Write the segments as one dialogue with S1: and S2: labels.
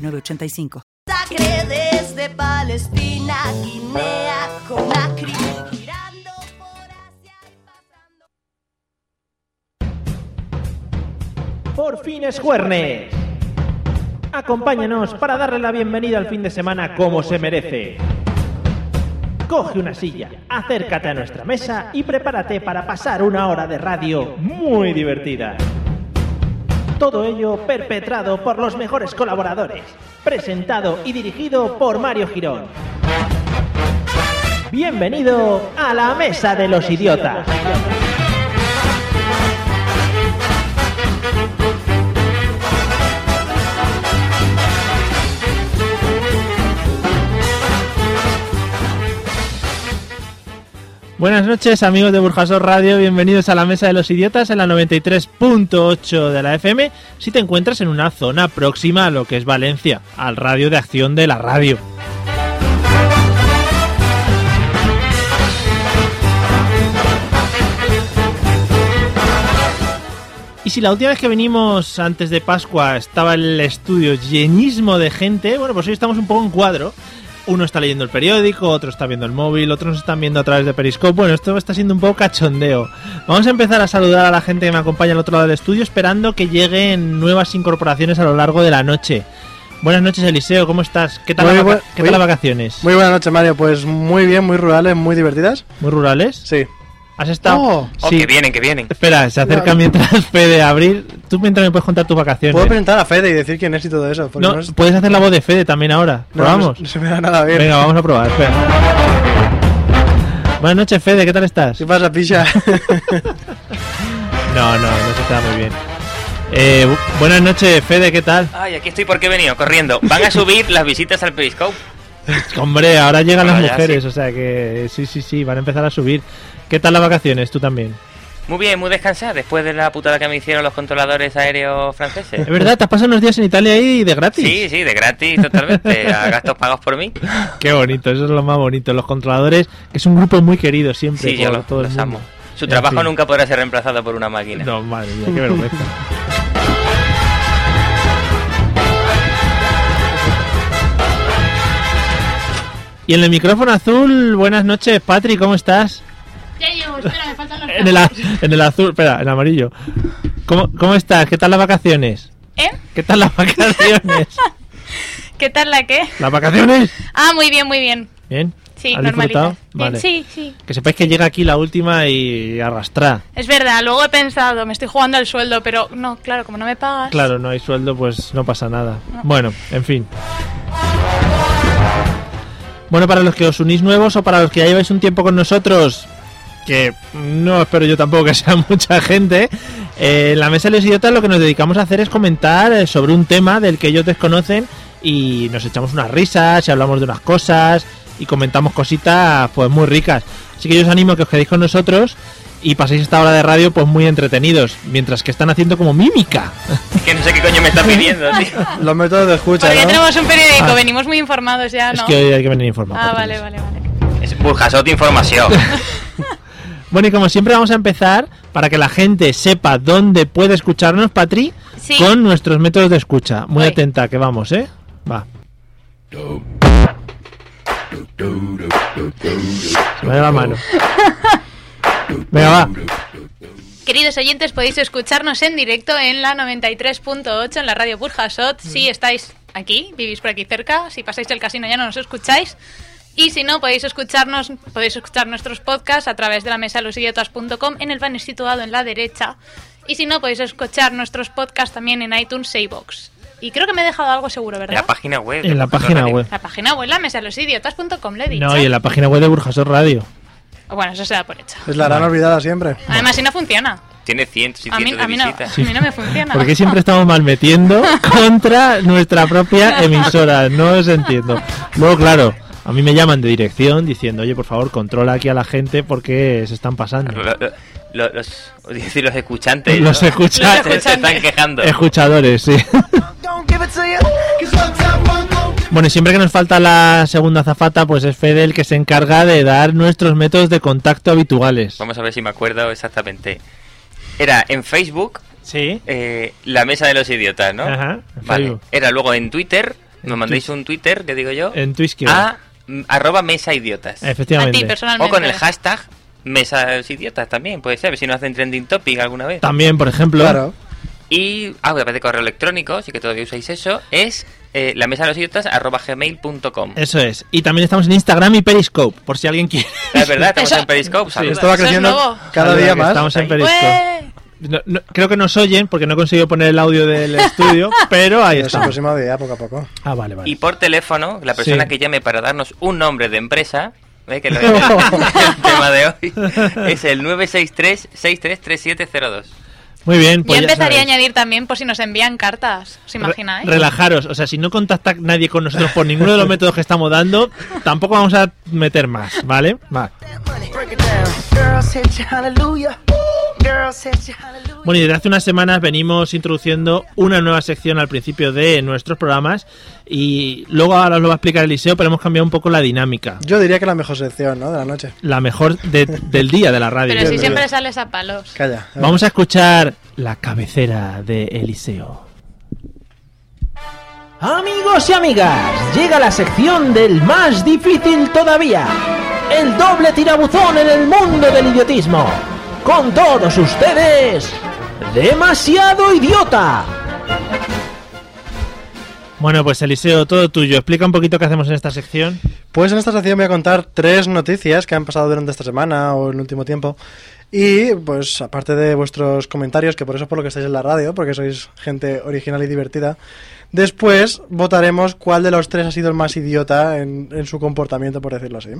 S1: 985.
S2: Sacre desde Palestina, Guinea, Conakry, girando por Asia y pasando.
S3: Por fin es jueves. Acompáñanos para darle la bienvenida al fin de semana como se merece. Coge una silla, acércate a nuestra mesa y prepárate para pasar una hora de radio muy divertida. Todo ello perpetrado por los mejores colaboradores. Presentado y dirigido por Mario Girón. Bienvenido a la Mesa de los Idiotas.
S4: Buenas noches amigos de Burjasot Radio, bienvenidos a la Mesa de los Idiotas en la 93.8 de la FM si te encuentras en una zona próxima a lo que es Valencia, al radio de acción de la radio. Y si la última vez que venimos antes de Pascua estaba el estudio llenísimo de gente, bueno pues hoy estamos un poco en cuadro uno está leyendo el periódico, otro está viendo el móvil, otros nos están viendo a través de Periscope. Bueno, esto está siendo un poco cachondeo. Vamos a empezar a saludar a la gente que me acompaña al otro lado del estudio, esperando que lleguen nuevas incorporaciones a lo largo de la noche. Buenas noches, Eliseo, ¿cómo estás? ¿Qué tal,
S5: Muy
S4: la vaca-
S5: buen-
S4: ¿qué tal
S5: muy-
S4: las vacaciones?
S5: Muy buenas noches, Mario. Pues muy bien, muy rurales, muy divertidas.
S4: ¿Muy rurales?
S5: Sí.
S4: ¿Has estado?
S5: Oh.
S6: Oh, que vienen, que vienen.
S4: Espera, se acerca
S5: No.
S4: mientras Fede a abrir. Tú mientras me puedes contar tus vacaciones.
S5: Puedo presentar a Fede y decir quién es y todo eso. Porque
S4: no,
S5: no, es-
S4: puedes hacer la voz de Fede también ahora.
S5: no,
S4: Probamos.
S5: no se me da nada bien.
S4: Venga, vamos a probar. Espera. Buenas noches, Fede, ¿qué tal estás?
S5: ¿Qué pasa, picha?
S4: No, no, no se te da muy bien. Eh, bu- buenas noches, Fede, ¿qué tal?
S6: Ay, aquí estoy porque he venido, corriendo. Van a subir las visitas al Periscope.
S4: Hombre, ahora llegan
S6: Ahora
S4: las
S6: ya,
S4: mujeres, o sea que sí, sí, sí, van a empezar a subir. ¿Qué tal las vacaciones? Tú también.
S6: Muy bien, muy descansada después de la putada que me hicieron los controladores aéreos franceses.
S4: Es verdad, te has pasado unos días en Italia ahí de gratis.
S6: Sí, sí, de gratis totalmente, a gastos pagados por mí.
S4: Qué bonito, eso es lo más bonito. Los controladores, que es un grupo muy querido siempre
S6: Sí,
S4: por
S6: yo los,
S4: todo el
S6: los
S4: mundo.
S6: amo. Su
S4: En
S6: trabajo
S4: fin.
S6: nunca podrá ser reemplazado por una máquina.
S4: No, madre mía, qué vergüenza. Y en el micrófono azul, buenas noches, Patri, ¿cómo estás?
S7: Ya llevo, espera, me faltan los
S4: En el, a- en el azul, espera, en el amarillo. ¿Cómo, ¿Cómo estás? ¿Qué tal las vacaciones?
S7: ¿Eh?
S4: ¿Qué tal las vacaciones?
S7: ¿Qué tal la qué?
S4: ¿Las vacaciones?
S7: Ah, muy bien, muy bien.
S4: ¿Bien?
S7: Sí,
S4: ¿Has
S7: normalita.
S4: disfrutado?
S7: Bien,
S4: Vale.
S7: Sí, sí.
S4: Que sepáis que llega aquí la última y arrastrá.
S7: Es verdad, luego he pensado, me estoy jugando al sueldo, pero no, claro, como no me pagas.
S4: Claro, no hay sueldo, pues no pasa nada. Bueno, en fin. Bueno, para los que os unís nuevos o para los que ya lleváis un tiempo con nosotros, que no espero yo tampoco que sea mucha gente, eh, en la mesa de los idiotas lo que nos dedicamos a hacer es comentar eh, sobre un tema del que ellos desconocen y nos echamos unas risas y hablamos de unas cosas y comentamos cositas pues muy ricas. Así que yo os animo a que os quedéis con nosotros y paséis esta hora de radio pues muy entretenidos, mientras que están haciendo como mímica.
S6: Es que no sé qué coño me está pidiendo, tío.
S5: Los métodos de escucha,
S7: Porque ya
S5: ¿no?
S7: tenemos un periódico,
S4: Ah.
S7: venimos muy informados ya,
S4: Es
S7: ¿no?
S4: que hoy hay que venir informado.
S7: Ah,
S4: por
S7: vale,
S4: Dios.
S7: vale, vale.
S6: Es burjasot información.
S4: Bueno, y como siempre vamos a empezar, para que la gente sepa dónde puede escucharnos, Patri,
S7: Sí.
S4: con nuestros métodos de escucha. Muy
S7: Voy.
S4: atenta, que vamos, ¿eh? Va. Se me da la mano. Venga, va.
S7: Queridos oyentes, podéis escucharnos en directo en la 93.8 en la radio Burjasot. Si estáis aquí, vivís por aquí cerca, si pasáis el casino ya no nos escucháis. Y si no, podéis escucharnos, podéis escuchar nuestros podcasts a través de la mesa losidiotas.com en el banner situado en la derecha. Y si no, podéis escuchar nuestros podcasts también en iTunes e iVoox. Y creo que me he dejado algo seguro,
S6: En
S7: ¿verdad?
S6: la página web.
S4: En la página web.
S7: La página web, la mesa losidiotas.com, le he dicho.
S4: No, y en la página web de Burjasot Radio.
S7: Bueno, eso se da por hecho.
S5: Pues la harán olvidada siempre.
S7: Además, si no funciona.
S6: tiene cientos y
S7: A mí,
S6: cientos
S7: a,
S6: de
S7: mí no,
S6: visitas.
S7: a mí no me funciona.
S4: Porque siempre estamos mal metiendo contra nuestra propia emisora. No os entiendo. Luego, claro, a mí me llaman de dirección diciendo, oye, por favor, controla aquí a la gente porque se están pasando.
S6: Lo- lo- lo- los, os iba a decir, los escuchantes.
S4: Los
S6: ¿no?
S4: escuchantes.
S6: Se- Se están quejando.
S4: Escuchadores, sí. Bueno, y siempre que nos falta la segunda zafata, pues es Fede el que se encarga de dar nuestros métodos de contacto habituales.
S6: Vamos a ver si me acuerdo exactamente. Era en Facebook,
S4: Sí.
S6: eh, la mesa de los idiotas, ¿no?
S4: Ajá, en
S6: Vale.
S4: Facebook.
S6: Era luego en Twitter,
S4: En
S6: nos mandáis
S4: Twi-
S6: un Twitter, que digo yo,
S4: En Twitch.
S6: a mm, arroba mesa idiotas.
S7: A ti
S4: Efectivamente.
S7: personalmente.
S6: O con el hashtag mesa de los idiotas también, puede ser, si no hacen trending topic alguna vez.
S4: También, por ejemplo.
S5: Claro.
S6: Y, ah, aparte de correo electrónico, si que todavía usáis eso, es eh, la mesa de los idiotas arroba gmail.com.
S4: Eso es. Y también estamos en Instagram y Periscope, por si alguien quiere.
S6: Es verdad, estamos
S7: Eso-
S6: en Periscope, saluda.
S5: Esto va
S7: Eso es
S5: creciendo
S7: nuevo.
S5: cada día
S4: Que
S5: más.
S4: Estamos en
S6: Ahí.
S4: Periscope.
S7: Ué.
S4: No- no- creo que nos oyen porque no he conseguido poner el audio del estudio, pero ahí
S5: Pero se
S4: está.
S5: aproxima de ya poco a poco.
S4: Ah, vale, vale.
S6: Y por teléfono, la persona
S4: Sí.
S6: que llame para darnos un nombre de empresa, ¿eh? que lo es el tema de hoy, es el 963-633702.
S4: Muy bien,
S7: Yo
S4: pues ya
S7: empezaría a
S4: sabéis.
S7: añadir también por si nos envían cartas. eh? ¿Os imagináis?
S4: Re- Relajaros, o sea, si no contacta nadie con nosotros por ninguno de los métodos que estamos dando, tampoco vamos a meter más, ¿vale? Va. Bueno, y desde hace unas semanas venimos introduciendo una nueva sección al principio de nuestros programas y luego ahora os lo va a explicar Eliseo, pero hemos cambiado un poco la dinámica.
S5: Yo diría que la mejor sección, ¿no? De la noche.
S4: La mejor de- del día de la radio.
S7: Pero si
S5: Dios.
S7: siempre sales a palos.
S5: Calla. a ver.
S4: Vamos a escuchar la cabecera de Eliseo.
S3: Amigos y amigas, llega la sección del más difícil todavía. El doble tirabuzón en el mundo del idiotismo. Con todos ustedes, demasiado idiota.
S4: Bueno, pues Eliseo, todo tuyo. Explica un poquito qué hacemos en esta sección.
S5: Pues en esta sección voy a contar tres noticias que han pasado durante esta semana o en el último tiempo. Y pues aparte de vuestros comentarios, que por eso es por lo que estáis en la radio, porque sois gente original y divertida, después votaremos cuál de los tres ha sido el más idiota en, en su comportamiento, por decirlo así.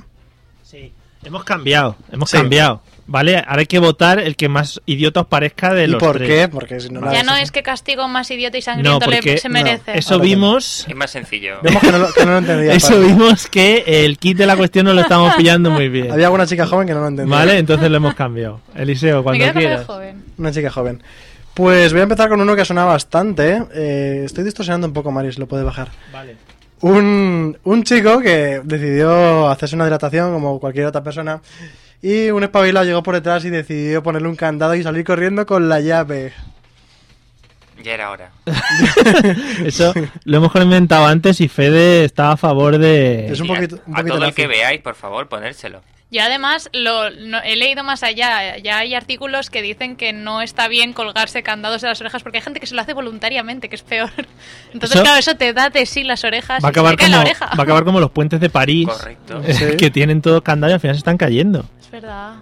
S4: Sí, hemos cambiado, hemos
S5: Sí.
S4: cambiado. Vale, ahora hay que votar el que más idiota os parezca de
S5: ¿Y
S4: los
S5: por
S4: tres.
S5: qué? Porque si no, la-
S7: Ya no es que castigo más idiota y
S4: No,
S7: sangriento
S4: porque
S7: le, se merece.
S4: eso
S5: Ahora
S4: vimos,
S6: Es más sencillo.
S5: Vemos que no lo, que no lo entendía.
S4: eso
S5: Pablo.
S4: vimos que el kit de la cuestión no lo estamos pillando muy bien.
S5: Había alguna chica joven que no lo entendía.
S4: Vale, entonces lo hemos cambiado. Eliseo,
S7: Me
S4: cuando
S7: quedo con lo de
S4: quieras.
S7: joven.
S5: Una chica joven. Pues voy a empezar con uno que suena bastante. Eh, estoy distorsionando un poco, Maris, lo puedes bajar.
S4: Vale.
S5: un, un chico que decidió hacerse una hidratación como cualquier otra persona y un espabilado llegó por detrás y decidió ponerle un candado y salir corriendo con la llave.
S6: Ya era hora.
S4: Eso lo hemos comentado antes y Fede está a favor de.
S5: Es un
S6: Y a-
S5: poquito- un
S6: a,
S5: poquito
S6: todo el
S5: lacio.
S6: que veáis, por favor, ponérselo.
S7: Yo además lo, no- he leído más allá. Ya hay artículos que dicen que no está bien colgarse candados de las orejas porque hay gente que se lo hace voluntariamente, que es peor. Entonces,
S4: Eso-
S7: claro, eso te da de Ah, sí las orejas.
S4: Va a,
S7: y se te
S4: acabar
S7: cae
S4: como,
S7: la oreja.
S4: va a acabar como los puentes de París, eh,
S6: Correcto.
S5: Sí.
S4: que tienen todo candado y al final se están cayendo.
S7: Es verdad.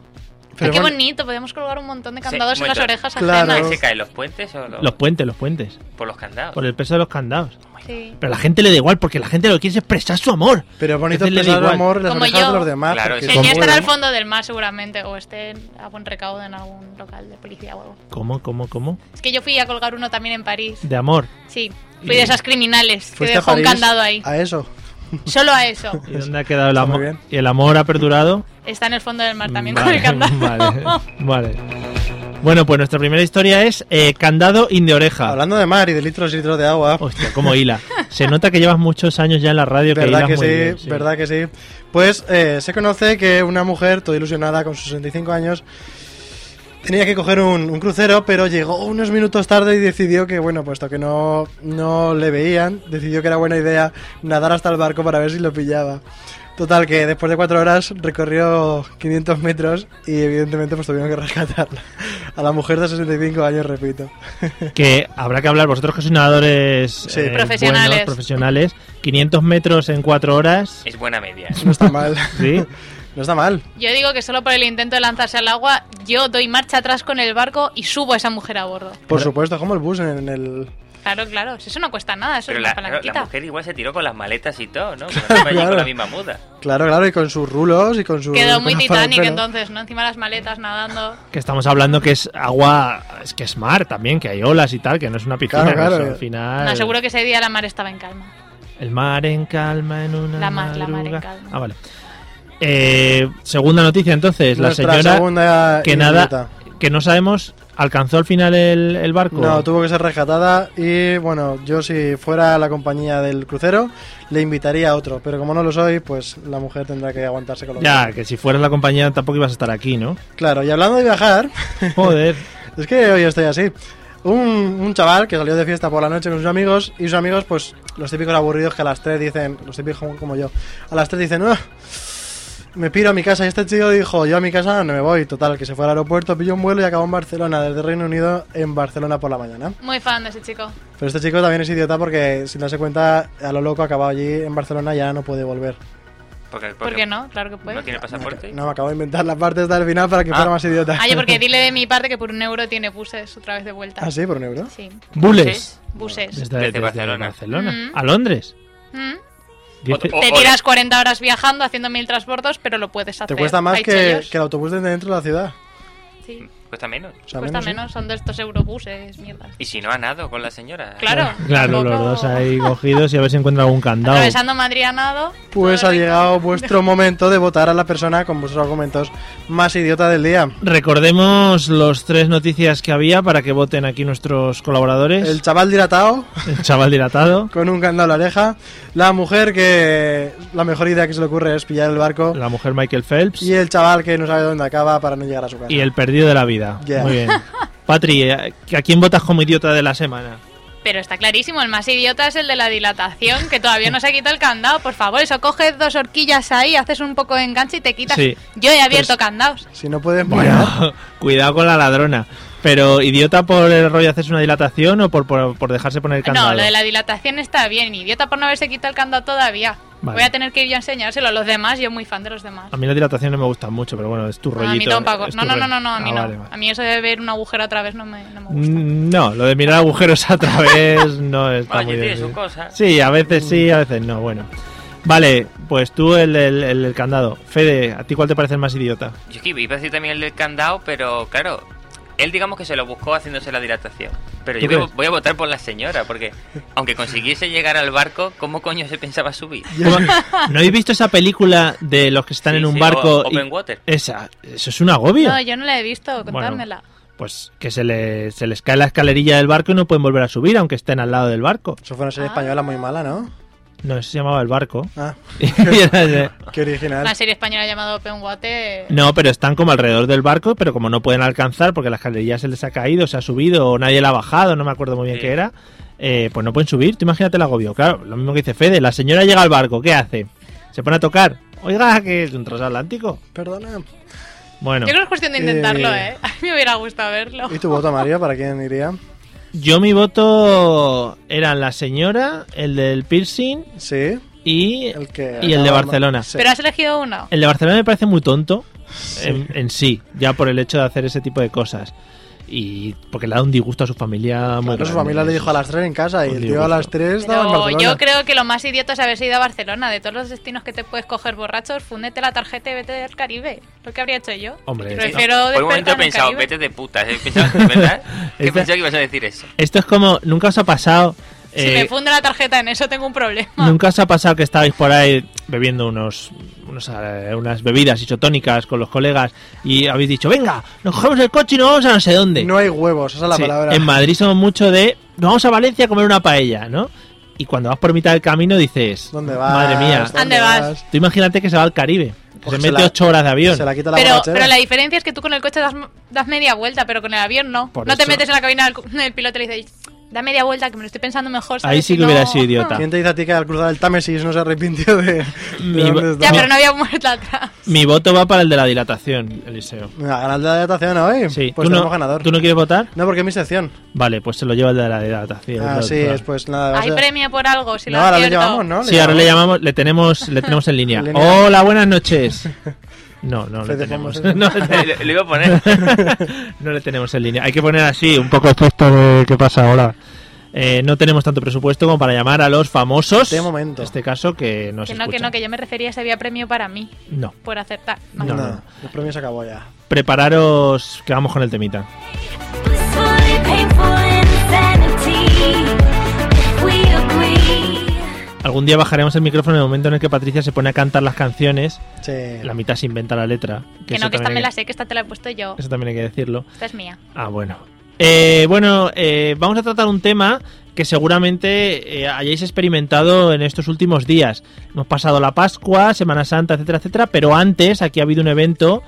S5: Pero
S7: Ay, qué
S5: bueno,
S7: bonito, podemos colgar un montón de
S6: Sí,
S7: candados en las
S6: muchas.
S7: orejas
S5: Claro.
S6: ¿Qué
S7: ajenas.
S6: se caen los puentes o los,
S4: Los puentes, los puentes.
S6: por los candados?
S4: Por el peso de los candados.
S7: Sí.
S4: Pero a la gente le da igual porque la gente lo que quiere es expresar su amor.
S5: Pero es bonito
S4: Decirle da
S5: expresar el
S4: igual.
S5: amor en las
S7: Como
S5: orejas
S7: yo.
S5: de los demás.
S6: Claro,
S5: porque
S6: sí.
S5: son
S7: El
S6: Como
S7: día
S5: muy
S7: estará al
S5: buenos.
S7: fondo del mar seguramente, o esté a buen recaudo en algún local de policía o algo.
S4: ¿Cómo, cómo, cómo?
S7: Es que yo fui a colgar uno también en París.
S4: De amor.
S7: Sí, fui de esas criminales que
S5: Fuiste a
S7: dejó un
S5: París
S7: candado ahí.
S5: A eso.
S7: Solo a eso.
S4: ¿Y dónde ha quedado el
S5: Está muy
S4: amor?
S5: bien.
S4: ¿Y el amor ha perdurado?
S7: Está en el fondo del mar también con
S4: vale,
S7: el candado.
S4: Vale, vale. Bueno, pues nuestra primera historia es eh, candado in de
S6: Ah.
S4: oreja.
S5: Hablando de mar y de litros y litros de agua.
S4: Hostia, cómo hila. Se nota que llevas muchos años ya en la radio. que
S5: ¿Verdad
S4: hilas
S5: que sí?
S4: muy bien, sí.
S5: ¿Verdad que sí? Pues eh, se conoce que una mujer, toda ilusionada con sus 65 años, tenía que coger un, un crucero, pero llegó unos minutos tarde y decidió que, bueno, puesto que no, no le veían, decidió que era buena idea nadar hasta el barco para ver si lo pillaba. Total, que después de cuatro horas recorrió 500 metros y evidentemente pues tuvieron que rescatarla. A la mujer de 65 años, repito.
S4: Que habrá que hablar, vosotros que sois nadadores
S5: Sí.
S4: eh,
S7: Profesionales.
S4: buenos, profesionales, 500 metros en 4 horas.
S6: Es buena media.
S5: No está mal.
S4: Sí.
S5: No está mal.
S7: Yo digo que solo por el intento de lanzarse al agua, yo doy marcha atrás con el barco y subo a esa mujer a bordo.
S5: Por supuesto, como el bus en el...
S7: Claro, claro. Si Eso no cuesta nada, eso
S6: Pero
S7: es una
S6: la, claro,
S7: palanquita.
S6: la mujer igual se tiró con las maletas y todo, ¿no? Pero no fue allí
S5: Claro.
S6: con la misma muda.
S5: Claro, claro, y con sus rulos y con sus.
S7: Quedó muy
S5: cosas para el
S7: Titanic
S5: pelo.
S7: entonces, ¿no? Encima las maletas nadando.
S4: Que estamos hablando que es agua, es que es mar también, que hay olas y tal, que no es una piscina.
S5: Claro, claro.
S4: que eso al final.
S7: No, seguro que ese día la mar estaba en calma.
S4: El mar en calma en una.
S7: La mar- la mar en
S4: madruga-
S7: calma.
S4: Ah, vale. Eh, segunda noticia entonces, la
S5: Nuestra
S4: señora
S5: segunda
S4: que
S5: invitada.
S4: nada, que no sabemos, alcanzó al final el, el barco.
S5: No, tuvo que ser rescatada y bueno, yo si fuera la compañía del crucero le invitaría a otro, pero como no lo soy, pues la mujer tendrá que aguantarse con lo
S4: Ya, que si fueras la compañía tampoco ibas a estar aquí, ¿no?
S5: que- Claro, y hablando de viajar,
S4: Joder.
S5: es que hoy estoy así. Un, un chaval que salió de fiesta por la noche con sus amigos y sus amigos, pues los típicos aburridos que a las 3 dicen, los típicos como- como yo, a las 3 dicen, "Ah, me piro a mi casa y este chico dijo, yo a mi casa no me voy, total, que se fue al aeropuerto, pilló un vuelo y acabó en Barcelona, desde Reino Unido, en Barcelona por la mañana.
S7: Muy fan de ese chico.
S5: Pero este chico también es idiota porque, sin darse cuenta, a lo loco ha acabado allí en Barcelona y ya no puede volver.
S6: Porque, porque
S7: ¿Por qué no? Claro que
S6: ¿No
S7: puede.
S6: tiene pasaporte?
S5: No, me acabo de inventar las partes del final para que fuera más idiota.
S7: Ah, yo porque dile de mi parte que por un euro tiene buses otra vez de vuelta.
S5: ¿Ah, sí? ¿Por un euro?
S7: Sí,
S4: Bules.
S7: buses.
S4: Desde,
S6: Desde
S4: desde Barcelona.
S6: Barcelona.
S7: Mm.
S4: A Londres.
S7: Mm.
S4: Dice-
S6: O-
S7: Te
S6: o-
S7: tiras 40 horas viajando, haciendo mil transbordos, pero lo puedes hacer.
S5: Te cuesta más
S7: Hay
S5: que,
S7: chollos.
S5: que el autobús desde dentro de la ciudad.
S7: Sí,
S6: Cuesta menos.
S5: O sea,
S7: cuesta
S5: menos, ¿eh?
S7: menos, son de estos eurobuses, mierda.
S6: Y si no ha nado con la señora.
S7: Claro.
S4: Claro, los
S7: tampoco-
S4: dos ahí cogidos y a ver si encuentra algún candado.
S7: Atravesando Madrid a nado.
S5: Pues
S7: todo
S5: ha
S7: rico.
S5: llegado vuestro momento de votar a la persona con vuestros argumentos más idiota del día.
S4: Recordemos los tres noticias que había para que voten aquí nuestros colaboradores.
S5: El chaval dilatado,
S4: El chaval dilatado,
S5: con un candado a la oreja. La mujer que la mejor idea que se le ocurre es pillar el barco.
S4: la mujer Michael Phelps y
S5: Y
S4: el,
S5: el chaval que no sabe dónde acaba para no llegar a su casa.
S4: perdido de la vida.
S5: Ya.
S4: Muy bien. Patri, ¿a a quién votas como idiota de la semana?
S7: Pero está clarísimo, el más idiota es el de la dilatación, que todavía no se ha quitado el candado. Por favor, eso coges dos horquillas ahí, haces un poco de enganche y te quitas.
S4: Sí.
S7: Yo he abierto
S5: Pues-
S7: candados.
S5: Si no pueden
S4: Cuidado con la ladrona. Pero, ¿idiota por el rollo de hacerse una dilatación o por, por, por dejarse poner el candado?
S7: No, lo de la dilatación está bien, idiota por no haberse quitado el candado todavía.
S4: Vale.
S7: Voy a tener que ir yo a enseñárselo a los demás, yo muy fan de los demás.
S4: A mí las dilataciones no me gustan mucho, pero bueno, es tu
S7: No,
S4: rollito.
S7: a mí tampoco.
S4: es tu
S7: No, no, no,
S4: rollo.
S7: no, no, a mí
S4: Ah,
S7: no.
S4: vale, vale.
S7: A mí eso de ver un agujero otra vez no me, no me gusta.
S4: Mm, No, lo de mirar agujeros a través no está
S6: Oye,
S4: muy
S6: tiene
S4: bien.
S6: su cosa.
S4: Sí, a veces sí, a veces no, bueno. Vale, pues tú el, el, el- el candado. Fede, ¿a ti cuál te parece el más idiota?
S6: Yo es que iba a decir también el del candado, pero claro, él digamos que se lo buscó haciéndose la dilatación. Pero
S4: ¿Tú
S6: yo voy,
S4: crees?
S6: a- voy a votar por la señora, porque aunque consiguiese llegar al barco, ¿cómo coño se pensaba subir?
S4: ¿No habéis visto esa película de los que están
S6: Sí,
S4: en un
S6: sí,
S4: barco?
S6: o-
S4: y-
S6: Open water.
S4: Esa, eso es un agobio.
S7: No, yo no la he visto, contádmela.
S4: Pues que se, le- se les cae la escalerilla del barco y no pueden volver a subir, aunque estén al lado del barco.
S5: Eso fue una serie española muy mala, ¿no?
S4: No, eso se llamaba el barco.
S5: Ah,
S4: Y era de-
S5: qué original.
S7: Una serie española llamada Open Water.
S4: No, pero están como alrededor del barco, pero como no pueden alcanzar porque la escalerilla se les ha caído, se ha subido o nadie la ha bajado, no me acuerdo muy bien
S6: Sí.
S4: qué era, eh, pues no pueden subir. Tú imagínate el agobio. Claro, lo mismo que dice Fede, la señora llega al barco, ¿qué hace? Se pone a tocar. Oiga, que es un transatlántico.
S5: Perdona.
S4: Bueno,
S7: Yo creo que es cuestión de intentarlo,
S5: Eh.
S7: ¿eh? A mí me hubiera gustado verlo.
S5: ¿Y tu voto, Mario? ¿Para quién iría?
S4: yo mi voto eran la señora, el del piercing
S5: Sí,
S4: y
S5: el que.
S4: Y el de
S5: acaba-
S4: Barcelona.
S5: Sí.
S7: Pero has elegido uno.
S4: El de Barcelona me parece muy tonto en, en sí, ya por el hecho de hacer ese tipo de cosas. Y porque le da un disgusto a su familia muy
S5: Claro, su
S4: grande.
S5: familia le dijo a las 3 en casa y
S4: Un
S5: el tío a las
S4: disgusto.
S5: 3 estaba en
S7: Pero
S5: Barcelona.
S7: yo creo que lo más idiota es haberse ido a Barcelona. De todos los destinos que te puedes coger borrachos, fúndete la tarjeta y vete del Caribe. Lo que habría hecho yo.
S4: Hombre,
S7: Prefiero
S6: Por un momento
S7: despertar
S6: he
S7: en el
S6: pensado,
S7: Caribe.
S6: vete de puta. He pensado, ¿de ¿verdad?
S4: Esta-
S6: He pensado que ibas a decir eso.
S4: Esto es como, nunca os ha pasado...
S7: Si
S4: eh,
S7: me funde la tarjeta en eso tengo un problema.
S4: Nunca os ha pasado que estabais por ahí bebiendo unos, unos, eh, unas bebidas isotónicas con los colegas y habéis dicho, venga, nos cogemos el coche y nos vamos a no sé dónde.
S5: No hay huevos, esa es la
S4: Sí,
S5: palabra.
S4: En Madrid somos mucho de, nos vamos a Valencia a comer una paella, ¿no? Y cuando vas por mitad del camino dices,
S5: ¿Dónde vas?
S4: madre mía,
S7: ¿Dónde vas?
S4: tú imagínate que se va al Caribe, que
S5: Porque
S4: se
S5: se
S4: mete
S5: la-
S4: ocho horas de avión.
S5: Se la quita la
S7: Pero,
S5: borrachera.
S7: pero la diferencia es que tú con el coche das, das media vuelta, pero con el avión no.
S4: Por
S7: no te
S4: eso.
S7: metes en la cabina del, cu- del piloto y le dices, da media vuelta, que me lo estoy pensando mejor. ¿sabes?
S4: Ahí sí
S7: Si
S4: que
S7: no-
S4: hubiera sido idiota.
S5: ¿Quién te dice a ti que al cruzar el Támesis no se arrepintió de, de
S4: Mi-
S5: dónde
S7: Ya,
S5: estaba?
S7: pero no había muerto atrás.
S4: Mi voto va para el de la dilatación, Eliseo.
S5: Venga, ganar la dilatación hoy.
S4: Sí,
S5: Pues
S4: ¿Tú,
S5: tenemos
S4: no,
S5: ganador.
S4: ¿Tú no quieres votar?
S5: No, porque es mi sección.
S4: Vale, pues se lo lleva el de la dilatación.
S5: Ah,
S4: Claro,
S5: sí,
S4: claro.
S5: es pues nada. va a
S7: Hay
S5: ser-
S7: premio por algo, si
S5: no,
S7: lo
S5: ahora le
S7: acierto.
S5: llamamos, ¿no?
S4: Sí, ahora le llamamos, le tenemos, le tenemos en línea.
S5: Línea.
S4: Hola, buenas noches. No, no le
S5: Fede,
S4: tenemos.
S5: vamos.
S4: No,
S6: Lo, lo iba a poner.
S4: no le tenemos en línea. Hay que poner así, un poco efecto de qué pasa, hola. eh, no tenemos tanto presupuesto como para llamar a los famosos.
S5: De momento.
S4: En este caso, que no
S7: Que no, que no, que yo me refería a si había premio para mí
S4: No.
S7: por aceptar.
S4: No, no,
S5: Nada,
S4: no.
S5: el premio se acabó ya.
S4: Prepararos, que vamos con el temita.
S8: Blissfully painful insanity. If we agree.
S4: Algún día bajaremos el micrófono en el momento en el que Patricia se pone a cantar las canciones.
S5: Sí.
S4: La mitad se inventa la letra.
S7: Que,
S4: eso
S7: no, que esta
S4: también
S7: me
S4: hay
S7: la sé, que esta te la he puesto yo.
S4: Eso también hay que decirlo.
S7: Esta es mía.
S4: Ah, bueno. Eh, bueno, eh, vamos a tratar un tema que seguramente eh, hayáis experimentado en estos últimos días. Hemos pasado la Pascua, Semana Santa, etcétera, etcétera, pero antes aquí ha habido un evento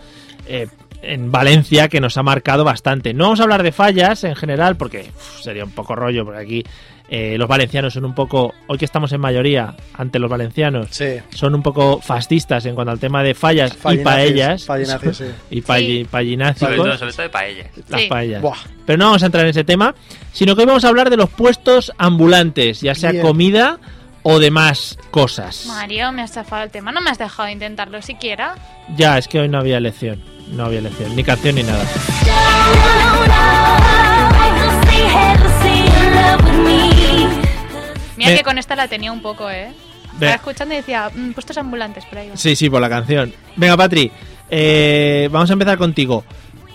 S4: eh, en Valencia que nos ha marcado bastante. No vamos a hablar de fallas en general porque uf, sería un poco rollo, porque aquí eh, los valencianos son un poco, hoy que estamos en mayoría ante los valencianos,
S5: Sí.
S4: son un fallistas fascistas en cuanto al tema de fallas y
S5: Fallinazis,
S4: paellas.
S5: fallinazis, sí.
S4: Y palli-
S7: Sí.
S6: Sobre
S4: pallinázicos,
S6: todo, sobre todo de paella.
S4: las
S7: Sí.
S4: paellas.
S5: Buah.
S4: Pero no vamos a entrar en ese tema, sino que hoy vamos a hablar de los puestos ambulantes, ya sea
S5: Bien.
S4: comida o demás cosas.
S7: Mario, me has chafado el tema. No me has dejado intentarlo siquiera.
S4: Ya, es que hoy no había elección. No había elección, ni canción ni nada.
S8: No, no, no. Oh, You'll stay here, you'll stay in love with me.
S7: Mira
S4: Eh.
S7: que con esta la tenía un poco, ¿eh?
S4: Ve.
S7: Estaba escuchando y decía, "Mm, puestos ambulantes, por ahí va".
S4: Sí, sí, por la canción. Venga, Patri, eh, vamos a empezar contigo.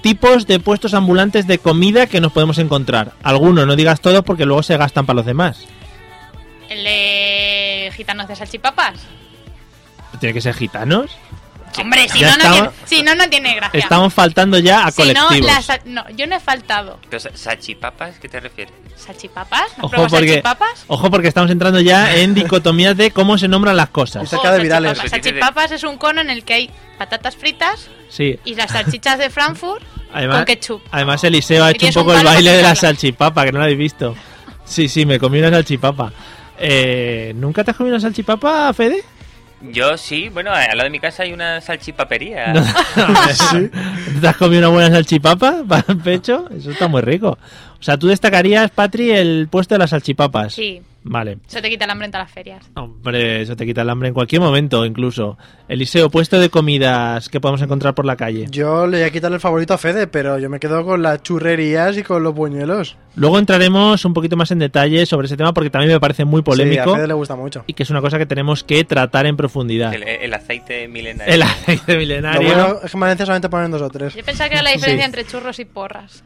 S4: Tipos de puestos ambulantes de comida que nos podemos encontrar. Algunos, no digas todos porque luego se gastan para los demás.
S7: El de gitanos de salchipapas.
S4: Tiene que ser gitanos.
S7: Hombre, si
S4: Ya
S7: no, no
S4: estaba-
S7: tiene, si no, no tiene gracia.
S4: Estamos faltando ya a
S7: si no,
S4: colectivos.
S7: la sal- no, yo no he faltado.
S6: Pero, sa- ¿Sachipapas? ¿Qué te refieres?
S7: ¿Salchipapas? ¿No
S4: Ojo
S7: pruebas
S4: porque,
S7: salchipapas?
S4: ojo porque estamos entrando ya en dicotomías de cómo se nombran las cosas.
S5: Ojo. Cerca de virales.
S7: Oh, salchipapas. Salchipapas es un cono en el que hay patatas fritas
S4: Sí.
S7: y las salchichas de Frankfurt
S4: Además,
S7: con ketchup.
S4: además Eliseo ha hecho un
S7: tienes un
S4: poco el
S7: palo
S4: baile
S7: para
S4: de la
S7: sacarla.
S4: salchipapa, que no lo habéis visto. Sí, sí, me comí una salchipapa. Eh, ¿Nunca te has comido una salchipapa, Fede?
S6: Yo sí, bueno, al lado de mi casa hay una salchipapería.
S5: Sí.
S4: ¿Te has comido una buena salchipapa para el pecho? Eso está muy rico. O sea, tú destacarías, Patri, el puesto de las salchipapas.
S7: Sí,
S4: Vale.
S7: eso te quita el hambre en todas las ferias.
S4: Hombre, eso te quita el hambre en cualquier momento, incluso. Eliseo, puesto de comidas que podemos encontrar por la calle.
S5: Yo le voy a quitar el favorito a Fede, pero yo me quedo con las churrerías y con los buñuelos.
S4: Luego entraremos un poquito más en detalle sobre ese tema porque también me parece muy
S5: Sí, a
S4: polémico
S5: Fede le gusta mucho.
S4: y que es una cosa que tenemos que tratar en profundidad.
S6: El, el aceite milenario.
S4: El aceite
S5: Lo
S4: milenario.
S5: bueno es que en Valencia solamente ponen dos o tres.
S7: Yo pensaba que era la diferencia
S4: Sí.
S7: entre churros y porras.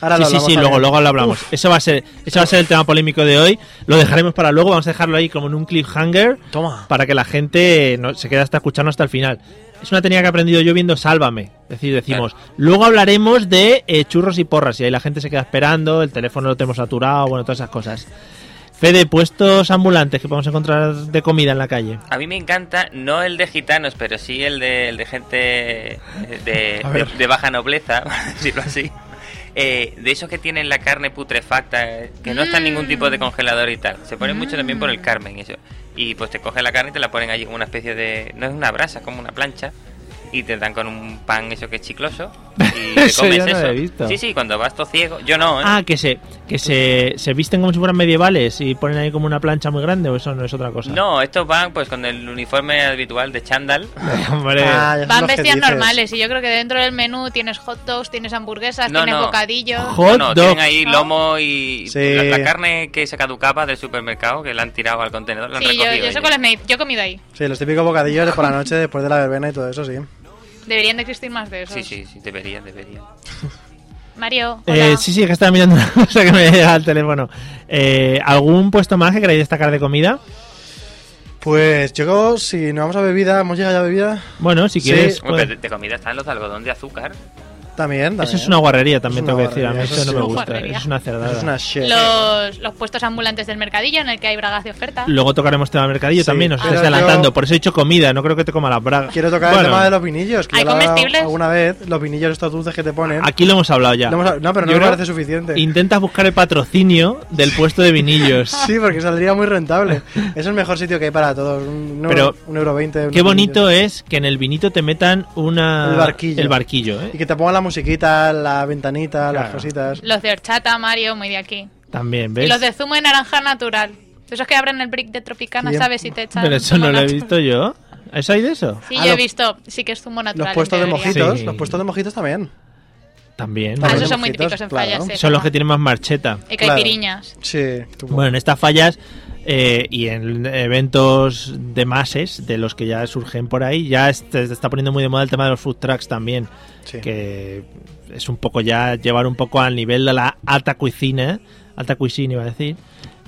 S5: Ahora
S4: sí,
S5: lo
S4: sí,
S5: hablamos
S4: sí,
S5: también.
S4: luego, luego lo hablamos. Eso va a ser, ese va a ser el tema polémico de hoy. Lo dejaremos para luego, vamos a dejarlo ahí como en un cliffhanger
S5: Toma.
S4: para que la gente no, se quede hasta escucharnos hasta el final. Es una técnica que he aprendido yo viendo Sálvame. Es decir, decimos, luego hablaremos de eh, churros y porras. Y ahí la gente se queda esperando, el teléfono lo tenemos saturado, bueno, todas esas cosas. Fede, puestos ambulantes que podemos encontrar de comida en la calle.
S6: A mí me encanta, no el de gitanos, pero sí el de, el de gente eh, de,
S5: A ver.
S6: de- de baja nobleza, por decirlo así. Eh, de esos que tienen la carne putrefacta, eh, que no está en ningún tipo de congelador y tal. Se ponen mucho también por el Carmen y eso. Y pues te cogen la carne y te la ponen allí como una especie de... No es una brasa, es como una plancha. Y te dan con un pan eso que es chicloso. Y te
S4: Eso
S6: comes
S4: yo no lo
S6: eso.
S4: he visto.
S6: Sí, sí, cuando vas todo ciego. Yo no, ¿eh?
S4: Ah, que se, que se, se visten como si fueran medievales y ponen ahí como una plancha muy grande o eso no es otra cosa.
S6: No, estos van pues con el uniforme habitual de chándal.
S4: Hombre.
S5: Ah, ya son
S7: Van
S5: los que
S7: bestias
S5: dices.
S7: normales y yo creo que dentro del menú tienes hot dogs, tienes hamburguesas,
S6: No,
S7: tienes
S6: no.
S7: bocadillos.
S4: Jo- Hot
S6: no, no,
S4: dog.
S6: tienen ahí
S7: Ah.
S6: lomo y
S5: Sí.
S6: la, la carne que se caducaba del supermercado, que la han tirado al contenedor, la han
S7: Sí, yo,
S6: recogido.
S7: yo, sé
S6: ellos.
S7: cuáles me- yo he comido ahí.
S5: Sí, los típicos bocadillos de por la noche después de la verbena y todo eso, sí.
S7: Deberían de existir más de esos.
S6: Sí, sí, sí, deberían, deberían.
S7: Mario, hola.
S4: Eh, sí, sí, que estaba mirando una cosa que me llega al teléfono. Eh, ¿Algún puesto más que queráis destacar de comida?
S5: Pues yo, si no vamos a bebida, hemos llegado ya a bebida.
S4: Bueno, si
S5: Sí.
S4: quieres.
S6: Bueno,
S4: pues-
S6: pero de, de comida están los de algodón de azúcar.
S5: También, también.
S4: eso es una guarrería, también
S5: Es
S4: tengo
S5: una
S4: que decir. A mí
S5: guarrería,
S4: eso no
S5: eso sí.
S4: me
S5: Es
S7: una
S4: gusta.
S7: guarrería.
S4: Eso es una cerdada.
S5: Eso es una shit.
S7: los, los puestos ambulantes del mercadillo en el que hay bragas de oferta.
S4: Luego tocaremos tema del mercadillo
S5: Sí,
S4: también, nos
S5: pero
S4: estás adelantando.
S5: yo-
S4: Por eso he dicho comida, no creo que te coma las bragas.
S5: Quiero tocar
S4: Bueno,
S5: el tema de los vinillos. Que
S7: ¿Hay
S5: ya lo he hablado
S7: comestibles?
S5: Alguna vez, los vinillos estos dulces que te ponen.
S4: Aquí lo hemos hablado ya.
S5: No hemos- no, pero no
S4: Yo
S5: me
S4: creo-
S5: parece suficiente.
S4: Intentas buscar el patrocinio del puesto de vinillos.
S5: Sí, porque saldría muy rentable. Es el mejor sitio que hay para todos. Un, un
S4: Pero,
S5: euro, un euro veinte.
S4: Qué
S5: unos
S4: bonito
S5: vinillos.
S4: es que en el vinito te metan una...
S5: El barquillo.
S4: El barquillo, ¿eh?
S5: Y que te pongan la musiquita, la ventanita, las
S4: Claro.
S5: cositas.
S7: Los de horchata, Mario, muy de aquí.
S4: También,
S7: Y
S4: ¿ves?
S7: los de zumo de naranja natural. Esos que abren el brick de Tropicana,
S5: Bien.
S7: ¿sabes? Si te echan.
S4: Pero eso
S7: zumo
S4: no lo he
S7: natural.
S4: visto yo. ¿Eso hay de eso?
S7: Sí,
S5: Ah,
S7: yo he
S5: lo-
S7: visto. Sí que es zumo natural.
S5: Los
S7: en
S5: puestos de
S7: teoría.
S4: mojito.
S5: mojitos,
S4: Sí.
S5: los puestos de mojitos también.
S4: También.
S7: Ah,
S4: bueno.
S7: esos son muy
S5: mojitos,
S7: típicos en
S5: claro.
S7: fallas. sí,
S4: Son los
S7: papá.
S4: que tienen más marcheta.
S7: Y
S5: claro.
S7: caipiriñas.
S5: Sí, tú-
S4: Bueno, en estas fallas eh, y en eventos de mases, de los que ya surgen por ahí, ya es- te- se está poniendo muy de moda el tema de los food trucks también,
S5: sí.
S4: que es un poco ya llevar un poco al nivel de la alta cuisine, alta cuisine iba a decir,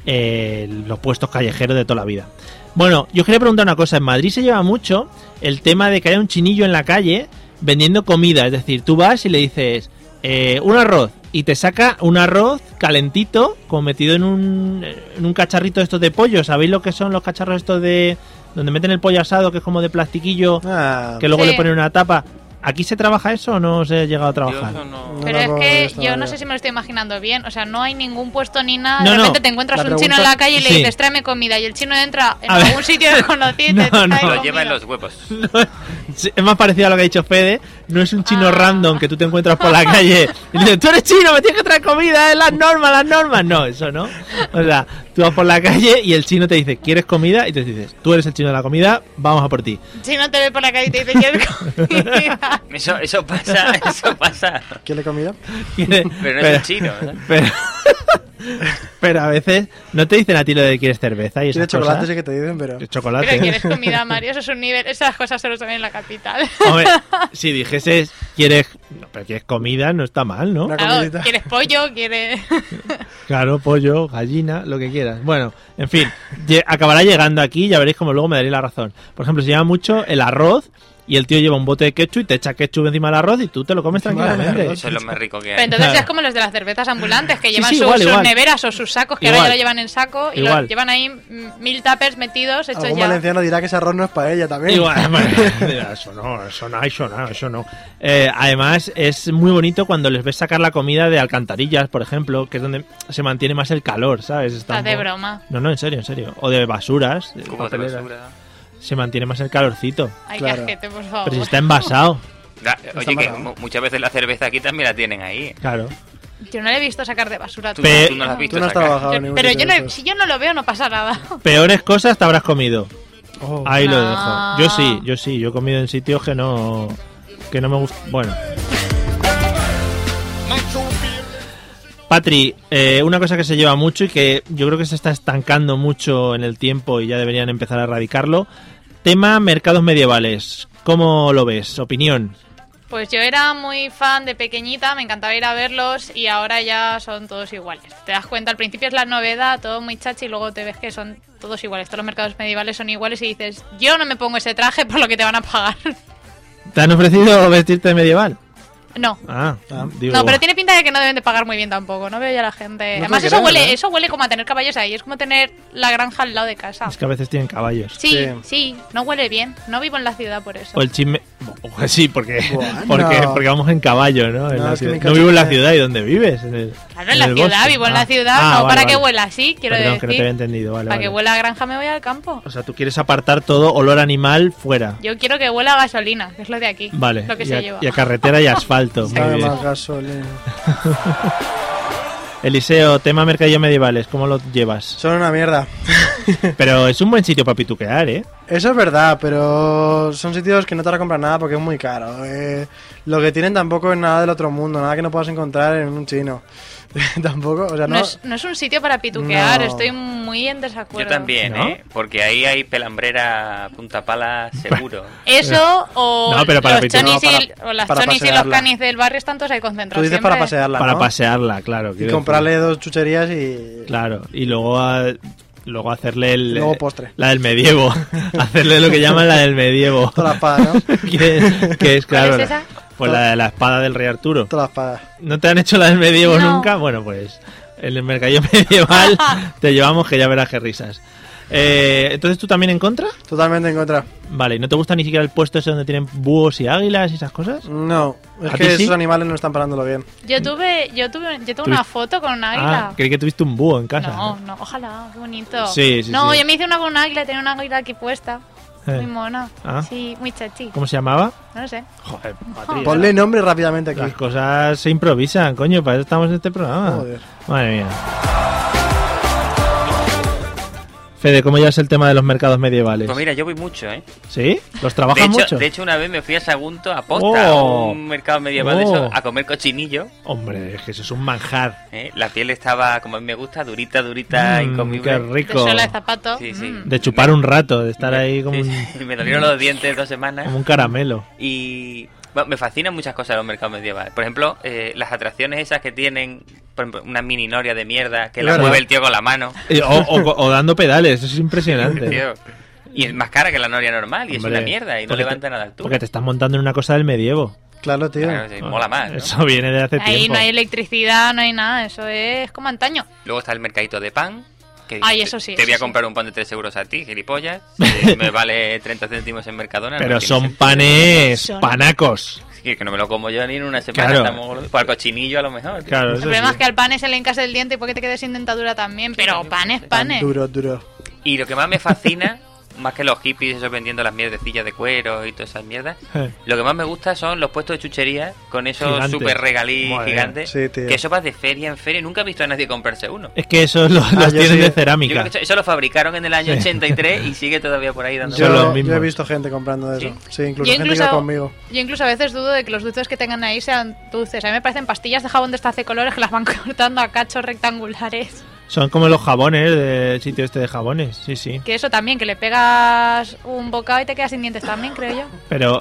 S4: eh, los puestos callejeros de toda la vida. Bueno, yo quería preguntar una cosa, en Madrid se lleva mucho el tema de que haya un chinillo en la calle vendiendo comida, es decir, tú vas y le dices eh, un arroz y te saca un arroz calentito, como metido en un, en un cacharrito de estos de pollo, ¿sabéis lo que son los cacharros estos de... donde meten el pollo asado, que es como de plastiquillo?
S5: Ah,
S4: que luego
S7: Sí.
S4: le ponen una tapa. ¿Aquí se trabaja eso o no se ha llegado a trabajar?
S6: Yo eso no-
S5: no
S7: Pero
S5: lo he
S7: es
S5: visto,
S7: que yo
S5: vale.
S7: no sé si me lo estoy imaginando bien. O sea, no hay ningún puesto ni nada.
S4: No,
S7: de
S4: no.
S7: repente te encuentras
S5: La
S7: un chino en
S5: pregunta-
S7: la calle y le
S4: Sí.
S7: dices, tráeme comida. Y el chino entra en
S4: A ver.
S7: algún sitio desconocido y te
S4: No,
S7: trae
S4: no.
S7: comida.
S6: Lo lleva en los huevos.
S4: Sí, Es más parecido a lo que ha dicho Fede. No es un chino
S7: Ah.
S4: random que tú te encuentras por la calle y dices, tú eres chino, me tienes que traer comida, es las normas, las normas. No, eso no. O sea, tú vas por la calle y el chino te dice, ¿quieres comida? Y te dices, tú eres el chino de la comida, vamos a por ti.
S7: El chino te ve por la calle y te dice, ¿quieres comida?
S6: Eso, eso pasa, eso pasa.
S5: ¿Quién le comida?
S4: Pero
S6: Pero no es un chino, ¿verdad?
S4: Pero, pero a veces no te dicen a ti lo de quieres cerveza y
S5: Tiene
S4: esas
S5: chocolate,
S4: cosas.
S5: sí que te dicen, pero.
S4: Chocolate.
S7: Pero quieres comida, Mario. Eso es un nivel. Esas cosas solo se ven en la capital.
S4: Hombre, si dijeses quieres, no, pero quieres comida, no está mal, ¿no?
S5: Una
S7: Claro,
S5: comidita.
S7: ¿Quieres pollo? ¿Quieres.?
S4: Claro, pollo, gallina, lo que quieras. Bueno, en fin, lle- acabará llegando aquí, ya veréis como luego me daréis la razón. Por ejemplo, se llama mucho el arroz y el tío lleva un bote de ketchup y te echa ketchup encima del arroz y tú te lo comes
S5: Encima del
S4: tranquilamente.
S6: Eso es lo más rico que
S7: Pero
S6: hay.
S7: entonces
S4: Claro.
S7: es como los de las cervezas ambulantes que
S4: Sí,
S7: llevan
S4: sí,
S7: sus,
S4: igual,
S7: sus
S4: igual.
S7: neveras o sus sacos que ahora
S4: Igual.
S7: ya lo llevan en saco y
S4: Igual.
S7: lo llevan ahí mm, mil tapers metidos hechos
S5: Algún
S7: ya.
S5: valenciano dirá que ese arroz no es paella también.
S4: Igual, bueno, eso no, eso no, eso no, eso no. Eh, además, es muy bonito cuando les ves sacar la comida de alcantarillas, por ejemplo, que es donde se mantiene más el calor, ¿sabes? Está
S7: Estás Ah, de
S4: un poco-
S7: broma.
S4: No, no, en serio, en serio. O de basuras. de
S6: Cubos de
S4: papeleras.
S6: basura.
S4: Se mantiene más el calorcito.
S7: Ay,
S5: Claro.
S7: qué ajete, por favor.
S4: Pero si está envasado,
S6: Da- Oye, que
S5: mal, ¿no?
S6: mu- muchas veces la cerveza aquí también la tienen ahí.
S4: claro.
S7: Yo no le he visto sacar de basura.
S6: Tú,
S7: todo.
S4: Pe-
S6: tú no la has visto
S5: Tú no has
S6: sacar.
S5: trabajado
S7: Yo-
S5: en ningún
S7: pero yo
S5: sitio
S7: no,
S5: de
S7: he-
S5: esos.
S7: si yo no lo veo, no pasa nada.
S4: Peores cosas te habrás comido.
S5: Oh.
S4: Ahí lo
S7: No.
S4: dejo. Yo sí, yo sí. Yo he comido en sitios que no. que no me gusta. Bueno. Patri, eh, una cosa que se lleva mucho y que yo creo que se está estancando mucho en el tiempo y ya deberían empezar a erradicarlo. Tema mercados medievales. ¿Cómo lo ves? Opinión.
S7: Pues yo era muy fan de pequeñita, me encantaba ir a verlos y ahora ya son todos iguales. Te das cuenta, al principio es la novedad, todo muy chachi y luego te ves que son todos iguales. Todos los mercados medievales son iguales y dices, yo no me pongo ese traje por lo que te van a pagar.
S4: ¿Te han ofrecido vestirte de medieval?
S7: No.
S4: Ah,
S5: Ah.
S4: digo.
S7: No, pero tiene pinta de que no deben de pagar muy bien tampoco. No veo ya la gente.
S5: No
S7: Además,
S5: creo que
S7: eso
S5: era,
S7: huele,
S5: ¿eh?
S7: eso huele como a tener caballos ahí. Es como tener la granja al lado de casa.
S4: Es que a veces tienen caballos.
S7: Sí,
S5: Sí.
S7: sí, no huele bien. No vivo en la ciudad por eso.
S4: O el chisme. o- Sí, porque,
S5: Bueno.
S4: porque, porque vamos en caballo, ¿no? En
S5: No,
S4: la
S5: es que
S4: ciudad.
S5: me
S4: No vivo en la
S5: encanta-
S4: ciudad y dónde vives. En el,
S7: Claro, en la
S4: el
S7: ciudad,
S4: bosque.
S7: vivo en
S4: Ah.
S7: la ciudad.
S4: Ah,
S7: no,
S4: vale,
S7: para
S4: vale.
S7: que huela así, quiero
S4: Perdón, que no te había
S7: decir.
S4: entendido, vale.
S7: para
S4: vale.
S7: que huela a granja me voy al campo.
S4: O sea, tú quieres apartar todo olor animal fuera.
S7: Yo quiero que huela a gasolina, que es lo de aquí.
S4: Vale.
S7: Lo que
S4: y,
S7: se
S4: a,
S7: lleva.
S4: y a carretera y asfalto. muy
S5: Dame
S4: bien.
S5: más gasolina.
S4: Eliseo, tema mercadillo medievales, ¿cómo lo llevas?
S5: Son una mierda.
S4: Pero es un buen sitio para pituquear, ¿eh?
S5: Eso es verdad, pero son sitios que no te van a comprar nada porque es muy caro. Eh, lo que tienen tampoco es nada del otro mundo, nada que no puedas encontrar en un chino. tampoco, o sea,
S7: no,
S5: no.
S7: es, no es un sitio para pituquear,
S5: No.
S7: estoy muy en desacuerdo.
S6: Yo también,
S4: ¿No?
S6: ¿eh? Porque ahí hay pelambrera punta pala seguro.
S7: Eso o
S4: No, pero para
S7: los
S4: pitu-
S7: chonis
S5: No,
S7: y,
S5: para-
S7: o las
S5: para
S7: chonis y los
S5: pasearla.
S7: canis del barrio están todos ahí
S5: Tú
S7: concentrados.
S5: dices para
S7: siempre.
S5: pasearla.
S4: Para
S5: ¿no?
S4: pasearla, claro.
S5: Y
S4: quiero
S5: comprarle
S4: decir.
S5: dos chucherías y.
S4: Claro, y luego, a- luego hacerle el.
S5: Luego
S4: eh,
S5: postre.
S4: La del medievo. hacerle lo que llaman la del medievo.
S5: Toda la espada, ¿no?
S4: que, que es
S7: ¿Cuál
S4: claro.
S7: es
S4: la-
S7: esa?
S4: Pues la de la espada del rey Arturo.
S5: Toda la espada.
S4: ¿No te han hecho la del medievo
S7: No.
S4: nunca? Bueno, pues en el mercadillo medieval te llevamos que ya verás que risas. Eh, Entonces, ¿tú también en contra?
S5: Totalmente en contra.
S4: Vale, ¿no te gusta ni siquiera el puesto ese donde tienen búhos y águilas y esas cosas?
S5: No, es
S4: ¿A
S5: que
S4: ti
S5: esos
S4: sí?
S5: animales no están parándolo bien.
S7: Yo tuve, yo tuve, yo tuve
S4: ¿Tuviste-
S7: una foto con un águila.
S4: Ah, creí que tuviste un búho en casa.
S7: no, no, ojalá, qué bonito.
S4: Sí, sí,
S7: no,
S4: sí.
S7: yo me hice una con un águila, tenía un águila aquí puesta.
S4: Eh.
S7: Muy mona.
S4: Ah.
S7: Sí, muy chachi.
S4: ¿Cómo se llamaba?
S7: No lo sé.
S4: Joder, Patri,
S5: Ponle nombre rápidamente aquí.
S4: Las cosas se improvisan, coño, para eso estamos en este programa.
S5: Joder.
S4: Madre mía. Fede, ¿cómo llevas el tema de los mercados medievales?
S6: Pues mira, yo voy mucho, ¿eh?
S4: ¿Sí? ¿Los
S6: De
S4: trabajas
S6: hecho,
S4: mucho?
S6: de hecho, una vez me fui a Sagunto a posta,
S4: Oh.
S6: a un mercado medieval de
S4: Oh.
S6: esos, a comer cochinillo.
S4: Hombre, es que eso es un manjar.
S6: ¿eh? La piel estaba, como a mí me gusta, durita, durita,
S4: Mm,
S6: incomible.
S4: qué
S7: De
S4: rico.
S7: sola de zapato.
S6: Sí, sí.
S7: mm.
S4: De chupar un rato, de estar ahí como,
S6: Sí,
S4: un,
S6: sí, Me dolieron los dientes dos semanas.
S4: como un caramelo.
S6: Y bueno, me fascinan muchas cosas de los mercados medievales. Por ejemplo, eh, las atracciones esas que tienen, por ejemplo, una mini noria de mierda que la
S4: Claro.
S6: mueve el tío con la mano.
S4: Eh, O, o- o dando pedales, eso es impresionante.
S6: tío. Y es más cara que la noria normal y es
S4: Hombre,
S6: una mierda y no
S4: porque te-
S6: levanta nada al altura.
S4: Porque te Ah, estás montando en una cosa del medievo.
S5: Claro, tío.
S6: Claro, sí, mola más. ¿no?
S4: Eso viene de hace
S7: Ahí
S4: este tiempo.
S7: no hay electricidad, no hay nada, eso es como antaño.
S6: Luego está el mercadito de pan. Que
S7: Ay,
S6: te-
S7: eso sí,
S6: Te voy
S7: eso
S6: a
S7: sí.
S6: comprar un pan de 3 euros a ti, gilipollas. Eh, me vale 30 céntimos en Mercadona. no
S4: Pero
S6: tiene
S4: son
S6: sentido.
S4: panes,
S7: Son-
S4: panacos.
S6: Sí, que no me lo como yo ni en una semana.
S4: Claro.
S6: estamos gordos. Por el cochinillo a lo mejor. tío.
S4: Claro,
S7: El
S4: eso
S7: problema
S4: sí.
S7: es que al pan es el encase del diente y porque te quedes sin dentadura también, pero pan es
S5: Tan
S7: pan. eh.
S5: Duro, duro.
S6: Y lo que más me fascina, más que los hippies esos vendiendo las mierdecillas de cuero y todas esas mierdas,
S4: Eh.
S6: lo que más me gusta son los puestos de chuchería con esos
S4: Gigantes.
S6: super regalí
S4: Madre
S6: gigantes.
S5: mía. Sí, tío.
S6: que eso vas de feria en feria. Nunca he visto a nadie comprarse uno.
S4: Es que esos los, los
S5: yo
S4: tienen
S5: sí.
S4: de
S6: Yo creo
S4: cerámica.
S6: que eso, eso lo fabricaron en el año 83 y sigue todavía por ahí dando
S4: Son los
S5: Yo, yo he
S4: mismos.
S5: visto gente comprando de eso. Sí, incluso
S7: Yo
S5: gente que
S7: incluso-
S5: iba conmigo.
S7: Yo incluso a veces dudo de que los dulces que tengan ahí sean dulces. A mí me parecen pastillas de jabón de estas de colores que las van cortando a cachos rectangulares.
S4: Son como los jabones del sitio este de jabones. Sí, sí.
S7: Que eso también, que le pegas un bocado y te quedas sin dientes también, creo yo.
S4: Pero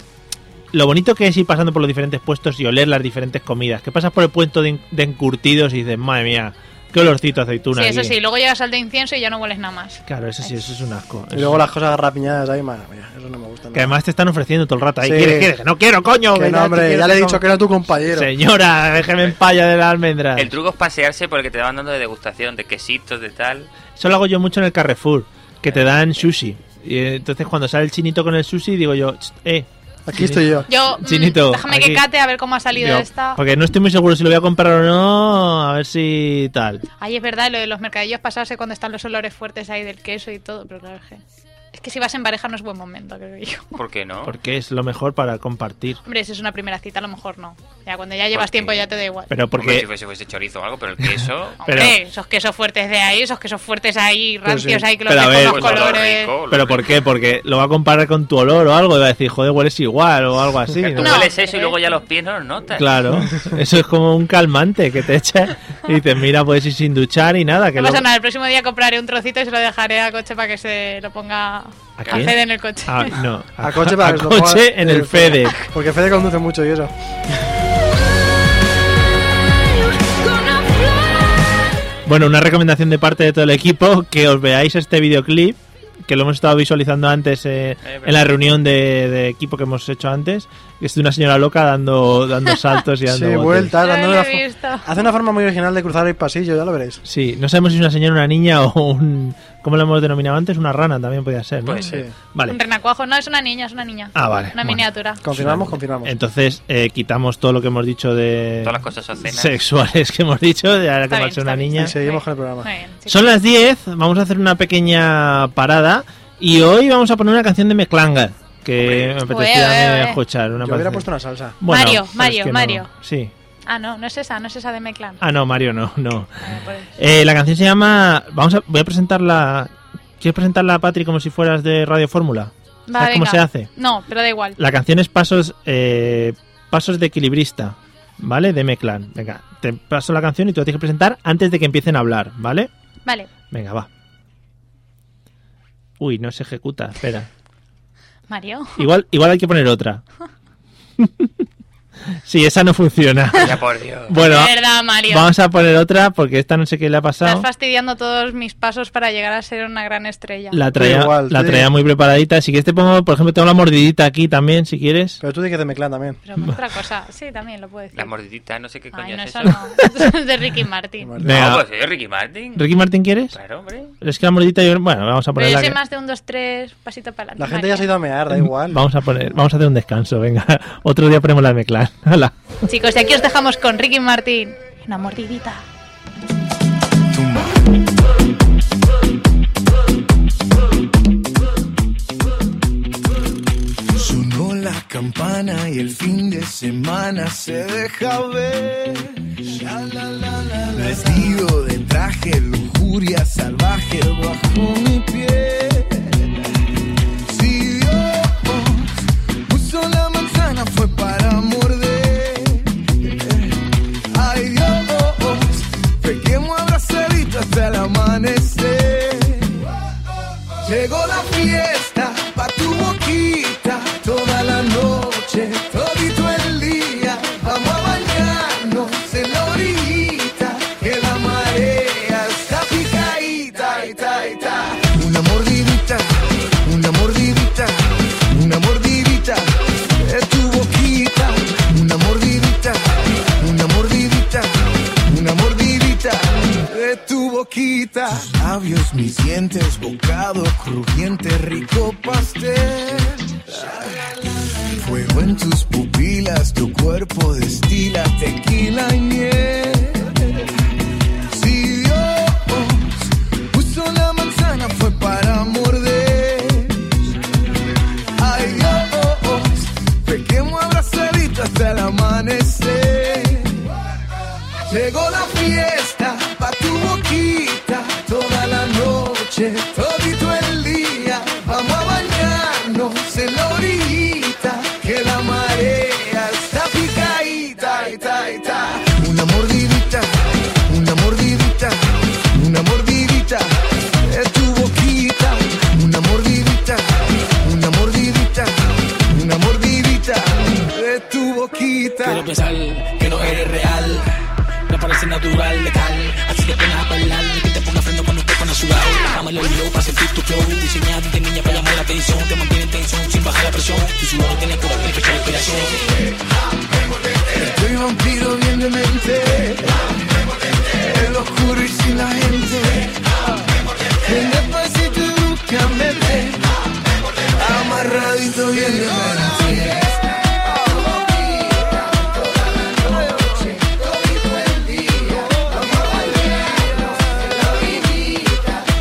S4: lo bonito que es ir pasando por los diferentes puestos y oler las diferentes comidas. Que pasas por el puesto de, en- de encurtidos y dices, madre mía, qué olorcito a aceituna.
S7: sí, eso
S4: aquí".
S7: sí. Luego llegas al de incienso y ya no hueles nada más.
S4: Claro, eso sí, eso es un asco.
S5: Y luego las cosas rapiñadas ahí, madre mía, eso no me gusta.
S4: Que
S5: nada.
S4: además te están ofreciendo todo el rato. Ahí,
S5: Sí.
S4: ¿Quieres, quieres? Que No quiero, coño.
S5: Que
S4: que
S5: no,
S4: te
S5: hombre,
S4: quiero,
S5: ya le he
S4: no.
S5: dicho que era tu compañero.
S4: Señora, déjeme en paya de las almendras.
S6: El truco es pasearse porque te van dando de degustación, de quesitos, de tal.
S4: Eso lo hago yo mucho en el Carrefour, que te dan sushi. Y eh, entonces cuando sale el chinito con el sushi, digo yo, "Ch, eh.
S5: Aquí estoy yo.
S7: Yo, mm,
S4: Chinito,
S7: déjame
S4: aquí.
S7: que cate a ver cómo ha salido
S4: Digo,
S7: esta.
S4: Porque no estoy muy seguro si lo voy a comprar o no, a ver si tal.
S7: Ay, es verdad, lo de los mercadillos pasarse cuando están los olores fuertes ahí del queso y todo, pero claro, es que, es que si vas en pareja no es buen momento, creo yo.
S6: ¿Por qué no?
S4: Porque es lo mejor para compartir.
S7: Hombre, si es una primera cita, a lo mejor no. Ya cuando ya llevas
S6: qué?
S7: tiempo ya te da igual.
S4: Pero
S6: Hombre, si
S4: porque...
S6: fuese, fuese chorizo o algo, pero el queso.
S4: pero-
S7: Hombre, esos quesos fuertes de ahí, esos quesos fuertes ahí, rancios ahí, que los
S4: Pero a
S7: ves
S4: ver,
S7: con los
S4: pues,
S6: lo
S7: colores.
S6: rico, lo
S4: ¿Pero por
S6: rico.
S4: qué? Porque lo va a comparar con tu olor o algo y va a decir, joder, hueles igual o algo así.
S6: Tú
S4: ¿no?
S7: No.
S6: hueles eso y luego ya los pies no los notas.
S4: Claro, eso es como un calmante que te echa y dices, mira, puedes ir sin duchar y nada. Que
S7: No pasa
S4: luego-
S7: nada, el próximo día compraré un trocito y se lo dejaré al coche para que se lo ponga a
S4: quién?
S7: Fede en el coche.
S4: ¿Eh? Ah, no,
S5: A coche para
S4: a
S5: que se lo
S4: coche
S5: ponga
S4: en el Fede.
S5: Porque Fede conduce mucho y eso.
S4: Bueno, una recomendación de parte de todo el equipo, que os veáis este videoclip, que lo hemos estado visualizando antes eh,
S6: verdad.
S4: en la reunión de, de equipo que hemos hecho antes, que es de una señora loca dando, dando saltos y dando
S5: Sí,
S4: botes.
S5: vueltas,
S7: No
S5: dando
S7: lo
S5: una
S7: he
S5: fo-
S7: visto.
S5: Hace una forma muy original de cruzar el pasillo, ya lo veréis.
S4: Sí, no sabemos si es una señora, una niña o un... ¿Cómo lo hemos denominado antes? Una rana también podía ser, ¿no?
S6: Puede ser.
S5: Sí.
S4: Vale.
S7: Un renacuajo, no, es una niña, es una niña.
S4: Ah, vale.
S7: Una
S4: Bueno.
S7: miniatura.
S5: Confirmamos, confirmamos.
S4: Entonces eh, quitamos todo lo que hemos dicho de
S6: Todas las cosas obscenas.
S4: sexuales que hemos dicho, de ahora que
S7: Está
S4: va a
S7: bien,
S4: ser
S7: está
S4: una
S7: bien,
S4: niña.
S5: Y seguimos con el
S7: Muy
S5: programa.
S7: bien, chicos.
S4: Son las 10, vamos a hacer una pequeña parada y hoy vamos a poner una canción de Meclanga que me apetecía
S7: Oe, oe,
S4: a mí
S7: oe.
S4: escuchar. Una
S5: Yo hubiera
S4: canción.
S5: puesto una salsa.
S4: Bueno,
S7: Mario,
S4: pero es
S7: Mario,
S4: que no-
S7: Mario.
S4: Sí.
S7: Ah, no, no es esa, no es esa de Meclan.
S4: Ah, no, Mario no, no.
S7: Vale, pues.
S4: Eh, la canción se llama... Vamos a... Voy a presentarla... ¿Quieres presentarla, Patri, como si fueras de Radio Fórmula?
S7: Va,
S4: ¿Sabes cómo
S7: venga.
S4: se hace?
S7: No, pero da igual.
S4: La canción es Pasos, eh, Pasos de Equilibrista, ¿vale? De Meclan. Venga, te paso la canción y tú la tienes que presentar antes de que empiecen a hablar, ¿vale?
S7: Vale.
S4: Venga, va. Uy, no se ejecuta, espera.
S7: Mario.
S4: Igual, igual hay que poner otra. sí, esa no funciona.
S6: Ya por Dios.
S4: Bueno,
S7: de verdad, Mario.
S4: vamos a poner otra porque esta no sé qué le ha
S7: Estás
S4: pasado.
S7: fastidiando todos mis pasos para llegar a ser una gran estrella.
S4: La traía,
S5: Sí, igual,
S4: la
S5: sí.
S4: traía muy preparadita. Si quieres te pongo, por ejemplo, tengo la mordidita aquí también, si quieres.
S5: Pero tú dices de Meclán también.
S7: Pero otra cosa, sí, también lo puedo decir.
S6: Las mordiditas, no sé qué coño
S7: Ay, no,
S6: es
S7: eso
S6: eso.
S7: no. Eso es de Ricky Martin.
S5: Vale.
S4: Venga.
S6: No, pues soy Ricky Martin.
S4: ¿Ricky Martin quieres?
S6: Claro, hombre.
S4: Es que la mordidita yo... Bueno, vamos a
S7: Pero
S4: ponerla.
S7: yo soy
S4: que-
S7: más de un, dos, tres, pasito para adelante.
S5: La gente ya se ha ido a mear, da igual.
S4: Vamos a poner, vamos a hacer un descanso, venga. Otro día ponemos la de Meclan. Hala.
S7: Chicos, y aquí os dejamos con Ricky Martin. Una mordidita.
S9: Sonó la campana y el fin de semana se deja ver. La, la, la, la, la, la. Vestido de traje, lujuria salvaje bajo mi pie. boquita, tus labios, mis dientes, bocado crujiente, rico pastel. Fuego en tus pupilas, tu cuerpo destila tequila y miel. Si Dios puso la manzana fue para morder. Ay Dios, pequemos abrazadito hasta el amanecer. Llegó la fiesta pa' tu boquita toda la noche, todito el día. Vamos a bañarnos en la orillita que la marea está picadita. y ta, y ta. Una mordidita, una mordidita, una mordidita de tu boquita. Una mordidita, una mordidita, una mordidita de tu boquita.
S10: Quiero pensar que no eres real. Me parece natural, letal. Así que pones a bailar y que te ponga frente cuando te pones sudado. Dame el olvido para sentir tu flow. Diseñada de niña para llamar la atención. Te mantiene en tensión sin bajar la presión. Tu sudor tiene cura, el pecho de inspiración.
S9: Soy vampiro bien de mente. El oscuro y sin la gente. En despacito y búscame. Amarradito bien de mente.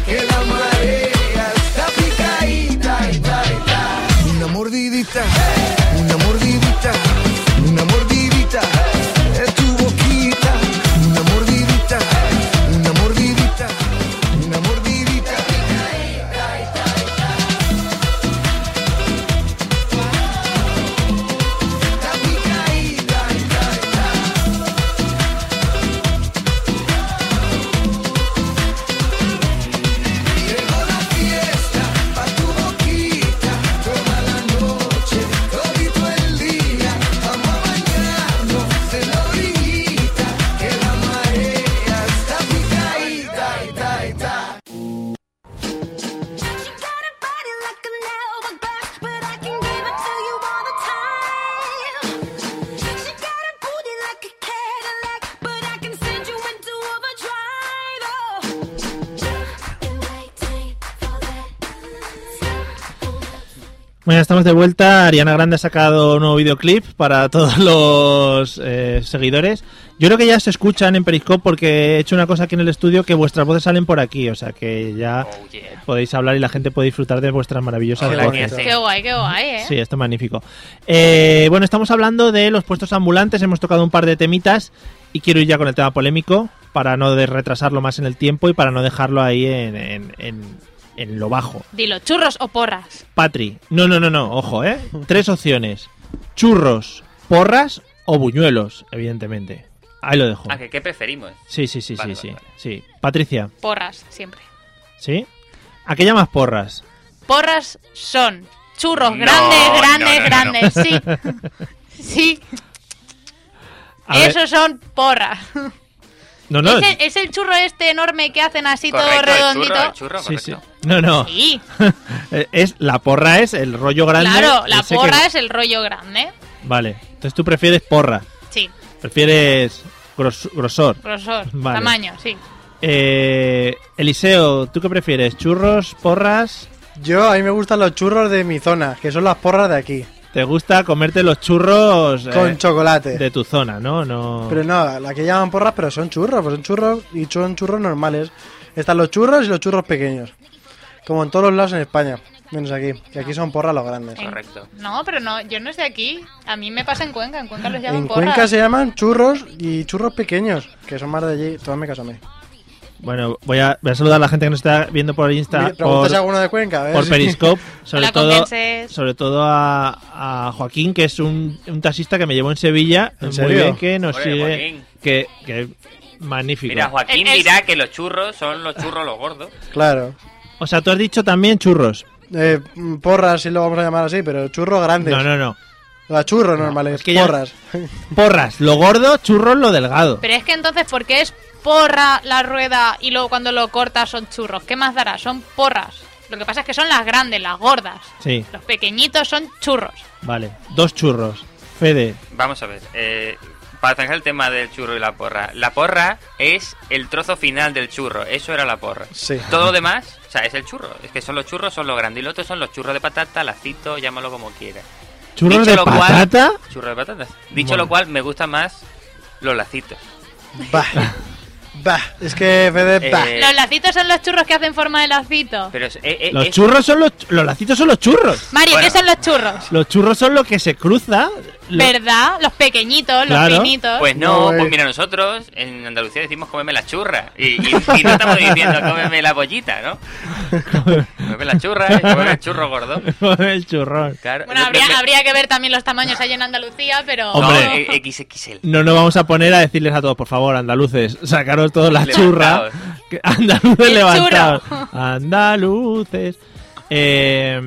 S9: Que la marea está picadita y ta, y ta. Una mordidita, una mordidita, una mordidita es tu boquita. Una mordidita, una mordidita, una mordidita. Está picadita, y ta, y ta. Llegó la fiesta pa' tu boquita toda la noche, todito el día. Vamos a bañarnos en la orillita que la marea está picadita, ta, y ta.
S8: She got a body like an hourglass, but I can give it to you all the time. She got a booty like a Cadillac, but I can send you into overdrive. Oh, been waiting for that.
S4: Bueno, ya estamos de vuelta. Ariana Grande ha sacado un nuevo videoclip para todos los eh, seguidores. Yo creo que ya se escuchan en Periscope porque he hecho una cosa aquí en el estudio que vuestras voces salen por aquí, o sea que ya
S6: Oh, yeah.
S4: podéis hablar y la gente puede disfrutar de vuestras maravillosas
S6: Hola,
S4: voces.
S6: Nieves.
S7: Qué guay, qué guay, ¿eh?
S4: Sí, está magnífico. Eh, bueno, estamos hablando de los puestos ambulantes, hemos tocado un par de temitas y quiero ir ya con el tema polémico para no de- retrasarlo más en el tiempo y para no dejarlo ahí en, en- en- en lo bajo.
S7: Dilo, churros o porras.
S4: Patri, no, no, no, no, ojo, ¿eh? Tres opciones. Churros, porras o buñuelos, evidentemente. Ahí lo dejo.
S6: Ah, que qué preferimos.
S4: Sí, sí, sí,
S6: Vale,
S4: sí,
S6: vale,
S4: sí. Sí. Patricia,
S7: Porras, siempre.
S4: ¿sí? ¿A qué llamas porras?
S7: Porras son churros
S6: No,
S7: grandes,
S6: no,
S7: grandes,
S6: no, no.
S7: grandes. Sí. sí.
S4: A ver-
S7: Esos son porras.
S4: No, no.
S7: ¿Es, el, es el churro este enorme que hacen así todo
S6: Correcto, el
S7: redondito.
S6: churro, el churro,
S4: Sí, sí.
S6: correcto.
S4: No, no.
S7: Sí,
S4: Eh, es la porra es el rollo grande.
S7: claro, la
S4: ese
S7: porra
S4: que-
S7: es el rollo grande.
S4: Vale, entonces tú prefieres porra,
S7: Sí,
S4: prefieres gros- grosor.
S7: grosor,
S4: Vale.
S7: tamaño, sí.
S4: Eh, Eliseo, ¿tú qué prefieres? ¿Churros, porras?
S5: Yo, a mí me gustan los churros de mi zona, que son las porras de aquí,
S4: ¿Te gusta comerte los churros eh,
S5: con chocolate.
S4: de tu zona, no? no...
S5: Pero no, la que llaman porras, pero son churros, pues son churros y son churros normales. Están los churros y los churros pequeños. Como en todos los lados en España, menos aquí, que aquí son porras los grandes.
S7: En-
S6: Correcto.
S7: No, pero no, yo no estoy aquí. A mí me pasa en Cuenca, en Cuenca los llaman
S5: En
S7: porras.
S5: Cuenca se llaman churros y churros pequeños, que son más de allí, toma caso a mí.
S4: Bueno, voy a, voy a saludar a la gente que nos está viendo por Insta,
S5: Mira,
S4: por,
S5: Preguntas a alguno de Cuenca, a ver
S4: por
S5: si-
S4: Periscope, sobre
S7: Hola,
S4: todo,
S7: convences.
S4: sobre todo a, a Joaquín, que es un, un taxista que me llevó en Sevilla,
S5: ¿En
S4: muy
S5: serio?
S4: bien, que nos
S6: Ole,
S4: sigue,
S6: Joaquín.
S4: que, que magnífico.
S6: Mira, Joaquín
S7: El- el-
S6: dirá que los churros son los churros los gordos.
S5: Claro.
S4: O sea, tú has dicho también churros.
S5: Eh, mm, porras, si lo vamos a llamar así, pero churros grandes.
S4: No, no, no.
S5: O sea, churros normales,
S4: es que ya-
S5: porras.
S4: Porras, lo gordo, churros, lo delgado.
S7: Pero es que entonces, ¿por qué es porra la rueda y luego cuando lo cortas son churros? ¿Qué más dará? Son porras. Lo que pasa es que son las grandes, las gordas.
S4: Sí,
S7: Los pequeñitos son churros.
S4: vale. Dos churros. Fede,
S6: Vamos a ver. eh, para zanjar el tema del churro y la porra. La porra es el trozo final del churro. Eso era la porra.
S5: Sí.
S6: Todo lo demás, o sea, es el churro. Es que son los churros, son los grandilotes, son los churros de patata, lacito, llámalo como quieras.
S4: ¿Churros
S6: Dicho
S4: de
S6: lo cual-
S4: patata?
S6: Churros de patatas. Dicho
S4: Bueno.
S6: lo cual, me gustan más los lacitos.
S5: Bah. Bah. Es que Fede, bah.
S6: Eh,
S7: Los lacitos son los churros que hacen forma de lacito.
S6: pero es, eh, eh,
S4: Los
S6: es-
S4: churros son los... Los lacitos son los churros.
S7: Mario,
S6: bueno.
S7: ¿qué son los churros?
S4: Los churros son lo que se cruza. lo-
S7: ¿Verdad? Los pequeñitos, los
S4: Claro.
S7: finitos.
S6: Pues no,
S5: No, eh.
S6: pues mira, nosotros en Andalucía decimos cómeme la churra. Y, y- y no estamos diciendo cómeme la pollita, ¿no? Cómeme la churra, eh, cómeme el churro gordo.
S4: el churrón.
S6: Claro.
S7: bueno,
S6: no,
S7: habría,
S6: me-
S7: habría que ver también los tamaños allí en Andalucía, pero...
S6: no,
S4: Hombre.
S6: eh, XXL.
S4: No nos vamos a poner a decirles a todos, por favor, andaluces, sacaros todos la churra.
S6: Levantaos.
S4: Que- Andaluces
S7: El
S4: levantados.
S7: churro.
S4: Andaluces. Eh,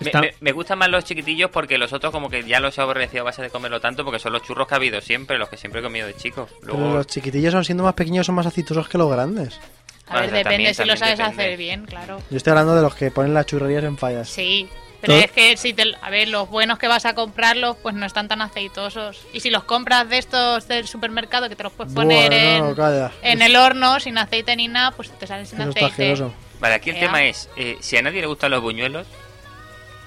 S6: Me,
S4: está-
S6: me- me gustan más los chiquitillos porque los otros como que ya los he aborrecido a base de comerlo tanto porque son los churros que ha habido siempre, los que siempre he comido de chico.
S5: Pero
S6: Luego,
S5: los chiquitillos, aun siendo más pequeños, son más aceitosos que los grandes.
S7: A ver,
S6: Bueno,
S7: depende
S6: también-
S7: si lo
S6: también
S7: sabes
S6: depende.
S7: hacer bien, claro.
S5: Yo estoy hablando de los que ponen las churrerías en fallas.
S7: Sí, pero
S4: Todo-
S7: es que si te, a ver, los buenos que vas a comprarlos, pues no están tan aceitosos. Y si los compras de estos del supermercado que te los puedes poner
S5: Bueno,
S7: en,
S5: calla.
S7: en el horno sin aceite ni nada, pues te salen sin
S5: Eso está
S7: aceite.
S5: asqueroso.
S6: vale, aquí el
S7: Ea.
S6: tema es, eh, si a nadie le gustan los buñuelos,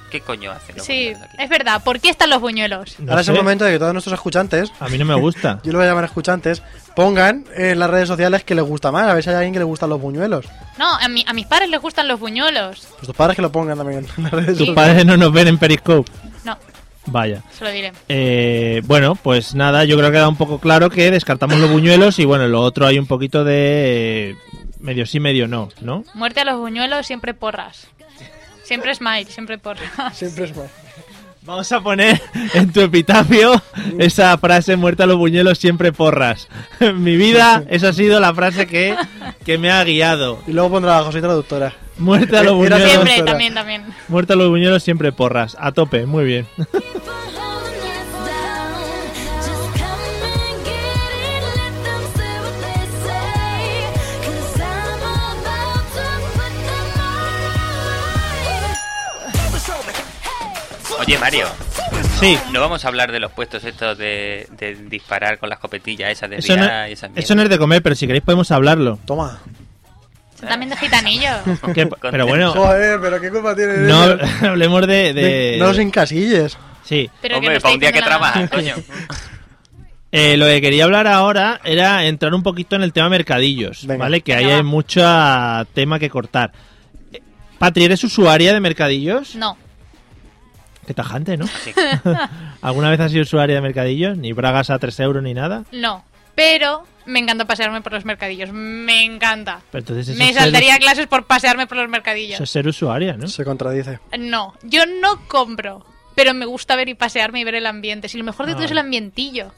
S6: ¿qué coño hacen los
S7: Sí,
S6: buñuelos aquí?
S7: es verdad. ¿Por qué están los buñuelos?
S4: no
S5: Ahora es el
S4: sé,
S5: momento de que todos nuestros escuchantes,
S4: A mí no me gusta.
S5: yo lo voy a llamar escuchantes, pongan en las redes sociales que les gusta más. A ver si hay alguien que le gustan los buñuelos.
S7: No, a, mi- a mis padres les gustan los buñuelos.
S5: Pues tus padres que lo pongan también en las redes
S7: Sí.
S5: sociales.
S4: Padres no nos ven en Periscope.
S7: No,
S4: Vaya.
S7: se lo diré.
S4: Eh, bueno, pues nada, yo creo que queda un poco claro que descartamos los buñuelos y bueno, lo otro hay un poquito de eh, medio sí, medio no, ¿no?
S7: Muerte a los buñuelos, siempre porras. Siempre smile, siempre porras.
S5: Siempre es más.
S4: Vamos a poner en tu epitafio esa frase muerta a los buñuelos siempre porras. En mi vida esa ha sido la frase que, que me ha guiado.
S5: Y luego pondrá a José traductora.
S4: Muerta a los
S5: Era
S4: buñuelos,
S5: Pero-
S7: Siempre, también, también.
S4: muerta a los buñuelos siempre porras. A tope, muy bien.
S6: Oye, Mario,
S4: Sí.
S6: no vamos a hablar de los puestos estos de, de disparar con las copetillas esas de
S4: Eso no,
S6: Rihanna y esas
S4: eso no es de comer, pero si queréis podemos hablarlo.
S5: Toma.
S7: Son también de gitanillo.
S4: Que- pero bueno,
S5: Joder, pero qué culpa tiene.
S4: no hablemos de... de-
S5: No los encasilles.
S4: sí.
S7: Pero que no
S6: Hombre,
S7: está
S6: para un día que
S7: diciendo nada
S6: trabaja,
S7: más.
S6: coño.
S4: Eh, lo que quería hablar ahora era entrar un poquito en el tema mercadillos,
S5: Venga.
S4: ¿vale? Que ahí
S7: Venga,
S4: hay
S7: va.
S4: mucho ah, tema que cortar. Eh, Patri, ¿eres usuaria de mercadillos?
S7: No,
S4: Qué tajante, ¿no?
S6: Sí.
S4: ¿Alguna vez has sido usuaria de mercadillos? Ni bragas a 3 euros ni nada.
S7: no. Pero me encanta pasearme por los mercadillos. Me encanta.
S4: Pero entonces eso
S7: Me
S4: es ser-
S7: saltaría clases por pasearme por los mercadillos.
S4: eso es ser usuaria, ¿no?
S5: Se contradice.
S7: No, yo no compro. Pero me gusta ver y pasearme y ver el ambiente. Si lo mejor de
S4: Ah,
S7: todo es el
S4: vale.
S7: ambientillo.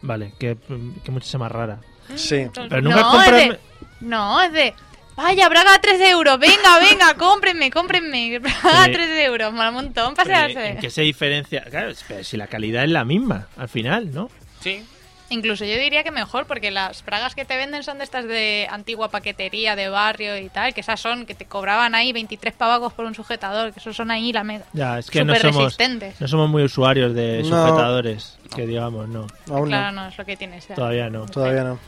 S4: Vale, que, que mucho más rara.
S7: Ah,
S5: Sí.
S4: Pero nunca
S7: no,
S4: compras-
S7: es de, no, es de. Vaya, Braga a 3 euros. Venga, venga, cómprenme, cómprenme. Braga a
S4: Pero-
S7: 3 euros. Mola un montón
S4: Pero, ¿En
S7: pasearse.
S4: qué se diferencia? Claro, es- pero si la calidad es la misma, al final, ¿no?
S6: Sí.
S7: Incluso yo diría que mejor, porque las bragas que te venden son de estas de antigua paquetería, de barrio y tal, que esas son, que te cobraban ahí 23 pavagos por un sujetador, que esos son ahí la meda.
S4: Ya, es que no
S7: Súper
S4: somos,
S7: resistentes.
S4: no somos muy usuarios de
S5: No.
S4: sujetadores, que digamos, no.
S5: Aún
S7: Claro,
S5: no.
S7: no es lo que tienes. ya.
S4: Todavía no.
S5: Todavía no.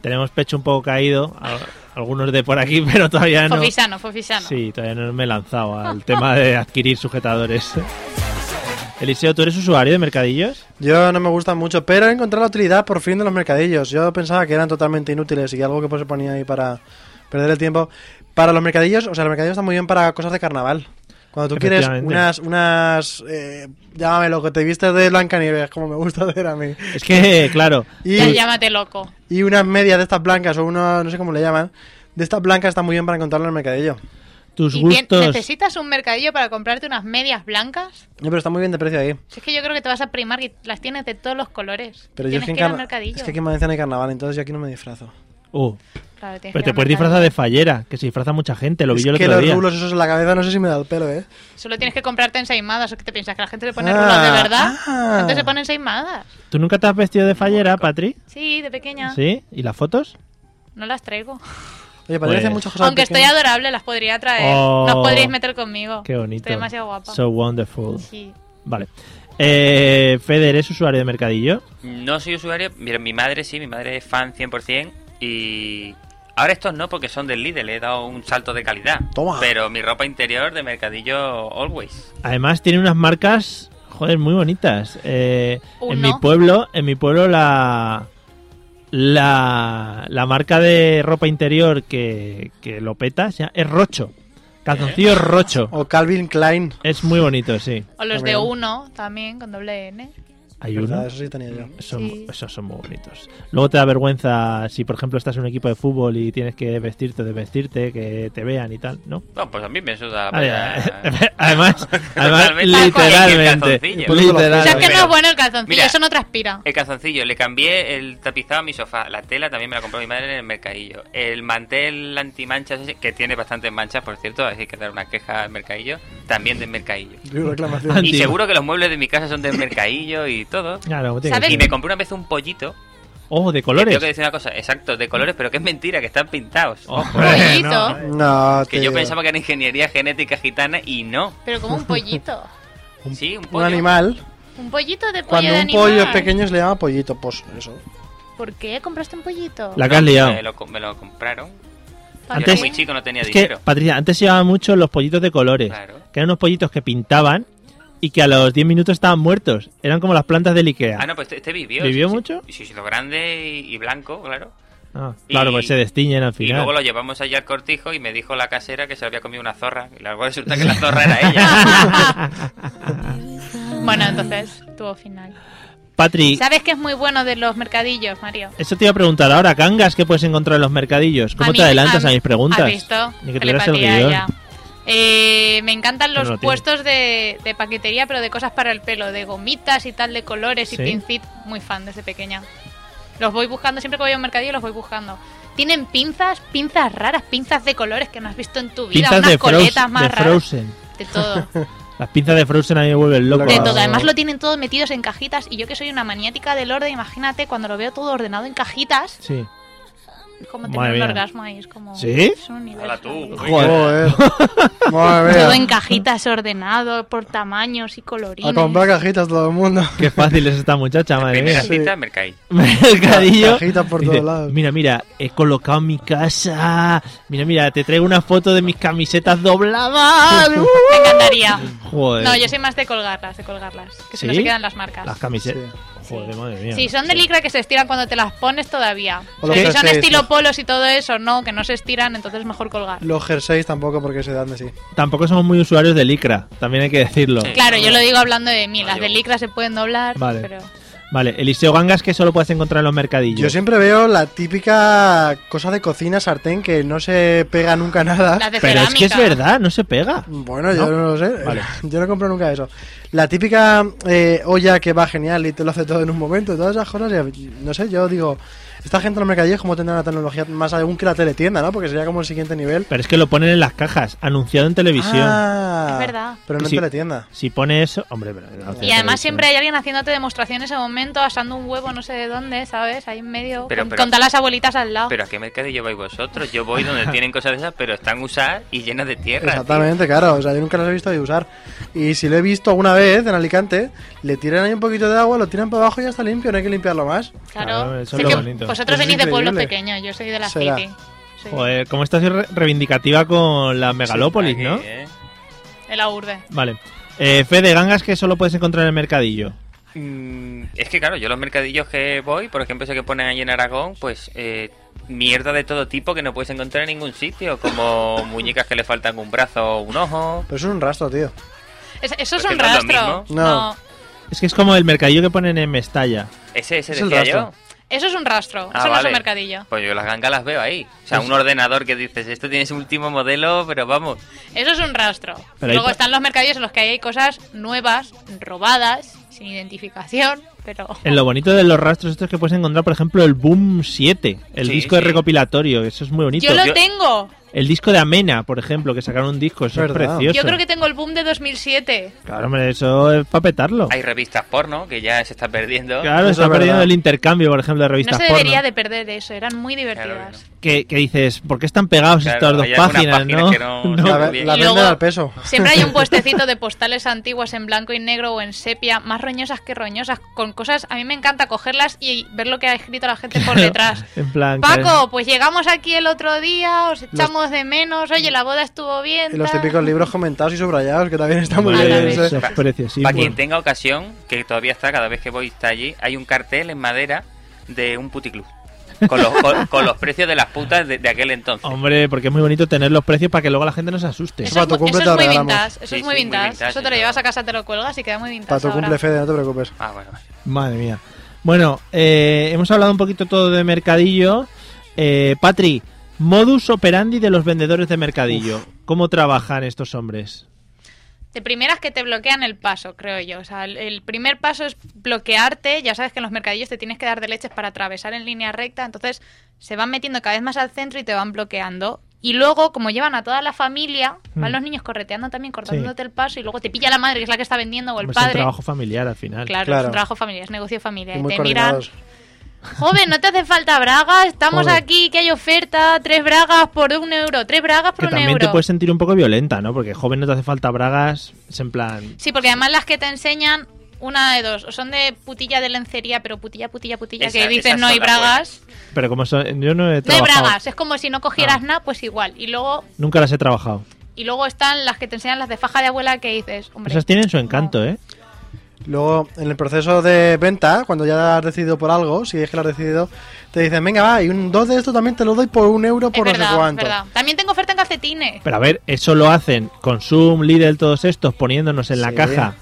S4: Tenemos pecho un poco caído, a- algunos de por aquí, pero todavía no.
S7: Fofisano, fofisano.
S4: Sí, todavía no me he lanzado al tema de adquirir sujetadores. Eliseo, ¿tú eres usuario de mercadillos?
S5: Yo no me gustan mucho, pero he encontrado la utilidad por fin de los mercadillos. Yo pensaba que eran totalmente inútiles y que algo que pues, se ponía ahí para perder el tiempo. Para los mercadillos, o sea, los mercadillos están muy bien para cosas de carnaval. Cuando tú quieres
S4: Efectivamente.
S5: unas, unas, eh, llámame lo que te viste de Blancanieves, como me gusta hacer a mí.
S4: Es que, claro,
S5: Y,
S7: Ya llámate loco.
S5: y unas medias de estas blancas, o uno, no sé cómo le llaman, de estas blancas están muy bien para encontrarlo en el mercadillo.
S4: tus
S7: ¿Y bien-
S4: gustos...
S7: necesitas un mercadillo para comprarte unas medias blancas?
S5: No, pero está muy bien de precio ahí.
S7: Si es que yo creo que te vas a primar y las tienes de todos los colores.
S5: Pero yo es
S7: tienes
S5: que, en
S7: que ir al
S5: carna-
S7: mercadillo.
S5: es que aquí en Valencia no hay carnaval, entonces yo aquí no me disfrazo.
S4: Uh,
S7: Claro,
S4: pero
S7: tienes que ir
S4: te
S7: al
S4: puedes
S7: mercadillo.
S4: disfrazar de fallera, que se disfraza mucha gente, lo vi
S5: es
S4: yo el
S5: que
S4: otro
S5: los
S4: día.
S5: rulos esos en la cabeza no sé si me da el pelo, ¿eh?
S7: Solo tienes que comprarte ensaimadas. ¿O que te piensas? ¿Que la gente le pone
S5: Ah,
S7: rulos de verdad?
S5: ah.
S7: Antes se ponen ensaimadas.
S4: ¿Tú nunca te has vestido de fallera, Patri?
S7: Sí, de pequeña.
S4: ¿Sí? ¿Y las fotos?
S7: No las traigo.
S5: Oye, parece
S4: Pues-
S5: muchas cosas
S7: Aunque estoy
S5: pequeñas.
S7: adorable, las podría traer.
S4: Oh.
S7: No os podríais meter conmigo.
S4: Qué bonito.
S7: Estoy demasiado guapa.
S4: So wonderful.
S7: Sí.
S4: Vale. Eh, Feder, ¿es usuario de Mercadillo?
S6: No soy usuario, pero mi madre sí, mi madre es fan 100% y ahora estos no porque son del líder, le he dado un salto de calidad.
S5: Toma.
S6: Pero mi ropa interior de mercadillo always.
S4: Además tiene unas marcas, joder, muy bonitas. Eh, en
S7: Uno.
S4: mi pueblo, en mi pueblo la la, la marca de ropa interior que, que lo peta se llama- es Rocho. Calzoncillo
S5: ¿Eh?
S4: Rocho.
S5: O Calvin Klein.
S4: Es muy bonito, sí.
S7: O los
S5: Muy
S7: de
S5: bien.
S7: uno también, con doble N.
S4: Hay
S5: ¿Verdad?
S4: uno. Mm.
S5: Eso sí tenía yo.
S4: Son,
S7: Sí.
S4: Esos son muy bonitos. Luego te da vergüenza si, por ejemplo, estás en un equipo de fútbol y tienes que vestirte o desvestirte, que te vean y tal, ¿no?
S6: Bueno, pues a mí me suda.
S4: Ah,
S6: vaya-
S4: ya. además, además
S6: Totalmente.
S4: literalmente.
S6: Calzoncillo.
S5: O
S7: O
S4: literalmente.
S7: sea, que no
S6: pero-
S7: es bueno el calzoncillo,
S6: Mira.
S7: eso no transpira.
S6: El calzoncillo, le cambié el tapizado a mi sofá. La tela también me la compró mi madre en el mercadillo. El mantel antimanchas, ese, que tiene bastantes manchas, por cierto, así que dar una queja al mercadillo, también del mercadillo.
S5: Y una reclamación.
S4: Anti-
S6: Y seguro que los muebles de mi casa son del mercadillo y todo.
S4: Claro, como tiene que
S7: ¿Sabes?
S6: Y
S4: ser.
S6: me compré una vez un pollito.
S4: Ojo, de
S6: que Tengo que
S4: colores.
S6: decir una cosa, exacto, de colores, pero que es mentira, que están pintados. Ojo.
S7: Pollito.
S5: No,
S6: Que yo pensaba que era ingeniería genética gitana y no.
S7: Pero como un pollito.
S6: Sí, un
S5: Un
S6: pollo.
S5: animal,
S7: Un pollito de pollo
S5: cuando
S7: de
S5: un pollo es
S7: animal.
S5: pequeño se le llama pollito, pues eso.
S7: ¿Por qué compraste un pollito?
S4: La que has liado.
S6: Me lo, co- me lo compraron.
S7: ¿Para
S6: Yo era
S4: Antes-
S6: muy chico, no tenía
S4: Es que,
S6: dinero.
S4: Patricia, antes se llevaban mucho los pollitos de colores.
S6: Claro.
S4: Que eran unos pollitos que pintaban y que a los 10 minutos estaban muertos. Eran como las plantas del Ikea.
S6: Ah, no, pues este, este vivió.
S4: ¿Vivió
S6: sí, sí.
S4: mucho?
S6: Sí, sí, lo grande y, y blanco, claro.
S4: Ah, claro,
S6: Y-
S4: pues se destiñen al
S6: Y
S4: final.
S6: luego lo llevamos allá al cortijo y me dijo la casera que se había comido una zorra. Y luego resulta que la zorra era
S4: Ah,
S6: ella.
S7: Bueno, entonces tuvo final.
S4: Patri,
S7: ¿Sabes qué es muy bueno de los mercadillos, Mario?
S4: eso te iba a preguntar ahora. Cangas que puedes encontrar en los mercadillos. ¿Cómo
S7: A
S4: te
S7: mí-
S4: adelantas a,
S7: mí-
S4: mis preguntas?
S7: ¿Has visto?
S4: Ni que tuvieras el
S7: Telepatía
S4: guión.
S7: ya. Eh, me encantan
S4: Pero
S7: los
S4: no tiene.
S7: puestos de, de paquetería, pero de cosas para el pelo, de gomitas y tal, de colores y
S4: ¿Sí?
S7: pincit. Muy fan desde pequeña. Los voy buscando, siempre que voy a un mercadillo los voy buscando. Tienen pinzas, pinzas raras, pinzas de colores que no has visto en tu vida,
S4: Pinzas
S7: unas
S4: de, Frozen-
S7: coletas más
S4: de
S7: raras.
S4: Frozen.
S7: De todo.
S4: Las pinzas de Frozen a mí me vuelven loco.
S7: De
S5: Claro.
S7: todo, además lo tienen todo metidos en cajitas y yo que soy una maniática del orden, imagínate cuando lo veo todo ordenado en cajitas,
S4: Sí.
S7: es como
S4: Madre
S7: tener un
S4: mía.
S7: orgasmo ahí, es como
S4: ¿Sí?
S7: es un universo.
S6: Hala tú.
S5: Joder. Madre mía.
S7: Todo en cajitas ordenado por tamaños y colorines.
S5: A comprar cajitas todo el mundo.
S4: Qué fácil es esta muchacha, madre
S6: Primera
S4: mía.
S6: cita, mercadillo.
S4: Mercadillo.
S5: Cajitas por
S4: Dice,
S5: todos lados.
S4: Mira, mira, he colocado mi casa. Mira, mira, te traigo una foto de mis camisetas dobladas. Uh,
S7: Ah, Me encantaría.
S4: Joder.
S7: No, yo soy más de colgarlas, de colgarlas, que si no
S4: ¿Sí?
S7: se quedan las marcas.
S4: Las camisetas. Joder, madre mía.
S7: Si son de licra que se estiran cuando te las pones todavía.
S5: O los
S7: Si son
S5: jerseys,
S7: estilo
S5: ¿no?
S7: polos y todo eso, no, que no se estiran, entonces mejor colgar.
S5: Los jerseys tampoco porque se dan de sí.
S4: Tampoco somos muy usuarios de licra, también hay que decirlo.
S6: Sí.
S7: Claro, yo lo digo hablando de mí, las
S6: yo-
S7: de licra se pueden doblar,
S4: Vale.
S7: pero
S4: Vale, Eliseo Gangas que solo puedes encontrar en los mercadillos.
S5: Yo siempre veo la típica cosa de cocina sartén que no se pega nunca nada.
S7: las de
S4: Ah, Pero es que es
S7: cerámica.
S4: verdad, no se pega.
S5: Bueno, yo no lo sé.
S4: Vale.
S5: Yo no compro nunca eso. La típica eh, olla que va genial y te lo hace todo en un momento, todas esas cosas. y- No sé, yo digo, esta gente en los mercadillos, ¿cómo tendrá la tecnología? Más aún que la teletienda, ¿no? Porque sería como el siguiente nivel.
S4: Pero es que lo ponen en las cajas, anunciado en televisión.
S5: Ah,
S7: Es verdad.
S5: Pero no
S4: Sí.
S5: en teletienda.
S4: Si pone eso, hombre, pero
S7: Y además siempre hay alguien haciéndote demostraciones en ese momento, asando un huevo no sé de dónde, ¿sabes? Ahí en medio,
S6: Pero-
S7: con,
S6: pero-
S7: con todas las abuelitas al lado.
S6: Pero ¿a qué mercadillo vais vosotros? Yo voy donde tienen cosas de esas, pero están usadas y llenas de tierra. tío.
S5: Exactamente, claro. O sea, yo nunca las he visto de usar. Y si lo he visto alguna vez en Alicante, le tiran ahí un poquito de agua, lo tiran para abajo y ya está limpio, no hay que limpiarlo más.
S7: claro,
S4: Claro, eso es
S7: Sí
S4: lo
S7: que
S4: bonito.
S7: vosotros
S5: Eso es
S7: venís de pueblos
S5: increíble.
S7: pequeños, yo soy de la
S5: Será.
S7: city. Sí,
S4: Joder, como estás re- reivindicativa con la megalópolis,
S6: Aquí,
S4: ¿no?
S6: ¿eh?
S7: de la urbe.
S4: Vale. Eh, Fede, gangas que solo puedes encontrar en el mercadillo.
S6: Mm, Es que claro, yo los mercadillos que voy, por ejemplo, ese que ponen ahí en Aragón, pues eh, mierda de todo tipo que no puedes encontrar en ningún sitio, como muñecas que le faltan un brazo o un ojo.
S5: Pero eso es un rastro, tío.
S7: Es- eso es
S6: Pero
S7: un
S6: que no es lo
S7: rastro.
S5: mismo. No.
S4: Es que es como el mercadillo que ponen en Mestalla.
S6: Ese, ese
S5: Es el
S6: decía yo.
S5: rastro.
S7: Eso es un rastro,
S6: Ah,
S7: eso no es
S6: vale.
S7: un mercadillo.
S6: Pues yo las gangas las veo ahí. O sea, un ordenador que dices, esto tiene su último modelo, pero vamos.
S7: Eso es un rastro.
S4: Pero ahí
S7: Luego
S4: pa-
S7: están los mercadillos en los que hay cosas nuevas, robadas, sin identificación, pero...
S4: En lo bonito de los rastros estos que puedes encontrar, por ejemplo, el Boom 7, el
S6: Sí,
S4: disco de
S6: sí.
S4: recopilatorio, eso es muy bonito.
S7: Yo lo
S6: Yo-
S7: tengo.
S4: El disco de Amena, por ejemplo, que sacaron un disco, eso es,
S5: Verdad.
S4: precioso.
S7: Yo creo que tengo el boom de 2007.
S4: Claro, hombre, eso es para petarlo.
S6: Hay revistas porno que ya se está perdiendo.
S4: Oh. Claro,
S5: Eso
S4: está
S5: es verdad.
S4: perdiendo el intercambio, por ejemplo, de
S7: No
S4: revistas
S7: se debería
S4: porno.
S7: de perder eso, eran muy
S6: Claro
S7: divertidas.
S6: que
S4: Que, que dices, ¿por qué están pegados
S6: Claro,
S4: estas dos
S6: hay algunas
S4: páginas,
S6: páginas
S4: no?
S6: que no-
S5: La, ve-
S6: bien.
S5: la
S7: Y luego-
S5: venden al peso.
S7: Siempre hay un puestecito de postales antiguas en blanco y negro o en sepia, más roñosas que roñosas, con cosas. A mí me encanta cogerlas y ver lo que ha escrito la gente por detrás.
S4: En plan,
S5: ¿eh?
S7: Paco, pues llegamos aquí el otro día, os echamos de menos, oye, la boda estuvo bien.
S5: Y los
S7: tal.
S5: típicos libros comentados y subrayados, que también está
S4: que-
S5: muy
S7: A la
S5: bien. ¿eh?
S7: vez.
S4: Eso
S5: ese.
S4: es pues. preciosísimo.
S6: Para quien tenga ocasión, que todavía está, cada vez que voy está allí, hay un cartel en madera de un puticlub. Con los, con, con los precios de las putas de, de aquel entonces.
S4: Hombre, porque es muy bonito tener los precios para que luego la gente no se asuste.
S7: Eso,
S5: Para
S7: es,
S5: tu
S7: mu-
S5: cumple
S7: eso es
S5: te
S7: muy
S5: lo
S7: vintage, eso
S6: Sí,
S7: es
S6: sí,
S7: muy
S6: muy
S7: vintage.
S6: vintage,
S7: Eso te lo
S6: claro.
S7: llevas a casa, te lo cuelgas y queda muy vintage.
S5: Para tu
S7: ahora.
S5: cumple, Fede, no te preocupes.
S6: Ah, bueno.
S4: Madre mía. Bueno, eh, hemos hablado un poquito todo de mercadillo. Eh, Patri, modus operandi de los vendedores de mercadillo. ¿Cómo trabajan estos hombres?
S7: De primeras que te bloquean el paso, creo yo. O sea, el, el primer paso es bloquearte. Ya sabes que en los mercadillos te tienes que dar de leches para atravesar en línea recta. Entonces se van metiendo cada vez más al centro y te van bloqueando. Y luego, como llevan a toda la familia, van
S4: Mm.
S7: los niños correteando también, cortándote el paso. Y luego te pilla la madre, que es la que está vendiendo, o el
S4: Hombre, Pues Es un
S7: padre.
S4: trabajo familiar al final.
S7: Claro, es
S5: Claro.
S7: un trabajo familiar, es negocio de familia.
S5: Y
S7: Y
S5: muy
S7: te miran,
S5: coordinados.
S7: joven, no te hace falta bragas, estamos
S4: Joven.
S7: aquí, que hay oferta, tres bragas por un euro, tres bragas por
S4: Que
S7: un
S4: también
S7: euro.
S4: te puedes sentir un poco violenta, ¿no? Porque joven no te hace falta bragas, es en plan...
S7: Sí, porque además las que te enseñan, una de dos, o son de putilla de lencería, pero putilla, putilla, putilla,
S6: Esa-
S7: que dices
S6: esas
S7: no
S6: son
S7: hay
S6: las
S7: bragas.
S4: Pero como son- yo no he
S7: No hay
S4: trabajado...
S7: bragas, es como si no cogieras
S4: Ah.
S7: nada, pues igual. Y luego,
S4: Nunca las he trabajado.
S7: y luego están las que te enseñan las de faja de abuela que dices, hombre.
S4: Esas tienen su encanto, ¿eh?
S5: Luego, en el proceso de venta, cuando ya has decidido por algo, si es que lo has decidido, te dicen, venga, va, y un dos de esto también te lo doy por un euro
S7: Es
S5: por no
S7: verdad,
S5: sé
S7: es
S5: cuánto.
S7: verdad. También tengo oferta en calcetines.
S4: Pero a ver, eso lo hacen con Zoom, Lidl, todos estos, poniéndonos en la
S5: Sí.
S4: caja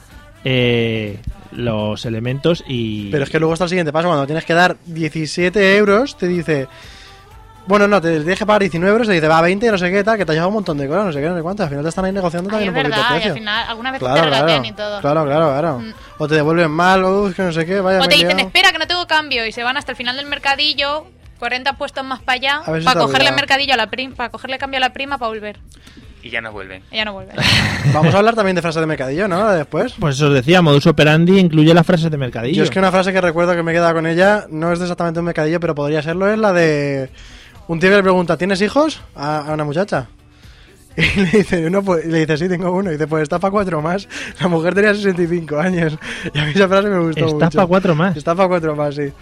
S4: eh, los elementos y...
S5: Pero es que luego está el siguiente paso, cuando tienes que dar 17 euros, te dice... Bueno, no, te tienes que pagar 19 euros, te dice, va, 20, no sé qué, tal, que te ha llevado un montón de cosas, no sé qué, no sé cuánto. Al final te están ahí negociando también
S7: Ay, es
S5: un poquito
S7: verdad,
S5: el
S7: y al
S5: precio.
S7: final algunas veces te
S5: Claro,
S7: regatean
S5: claro,
S7: y todo.
S5: claro, claro, claro.
S7: Mm.
S5: O te devuelven mal, uff, que no sé qué, vaya.
S7: O
S5: me
S7: te
S5: he
S7: dicen,
S5: liado.
S7: espera, que no tengo cambio. Y se van hasta el final del mercadillo, 40 puestos más para allá,
S5: A ver si
S7: para
S5: te
S7: cogerle
S5: olvidaba.
S7: mercadillo a la prima, para cogerle cambio a la prima para volver.
S6: Y ya nos vuelven.
S7: Ella no vuelve.
S5: Vamos a hablar también de frases de mercadillo, ¿no? Ahora Después.
S4: Pues eso os decía, modus operandi incluye las frases de mercadillo.
S5: Yo es que una frase que recuerdo que me he quedado con ella, no es exactamente un mercadillo, pero podría serlo, es la de... Un tío que le pregunta, ¿tienes hijos? A, a una muchacha. Y le dice, uno, pues, y le dice, sí, tengo uno. Y dice, pues está para cuatro más. La mujer tenía 65 años. Y a mí esa frase me gustó mucho.
S4: Está para cuatro más.
S5: Está para cuatro más, sí.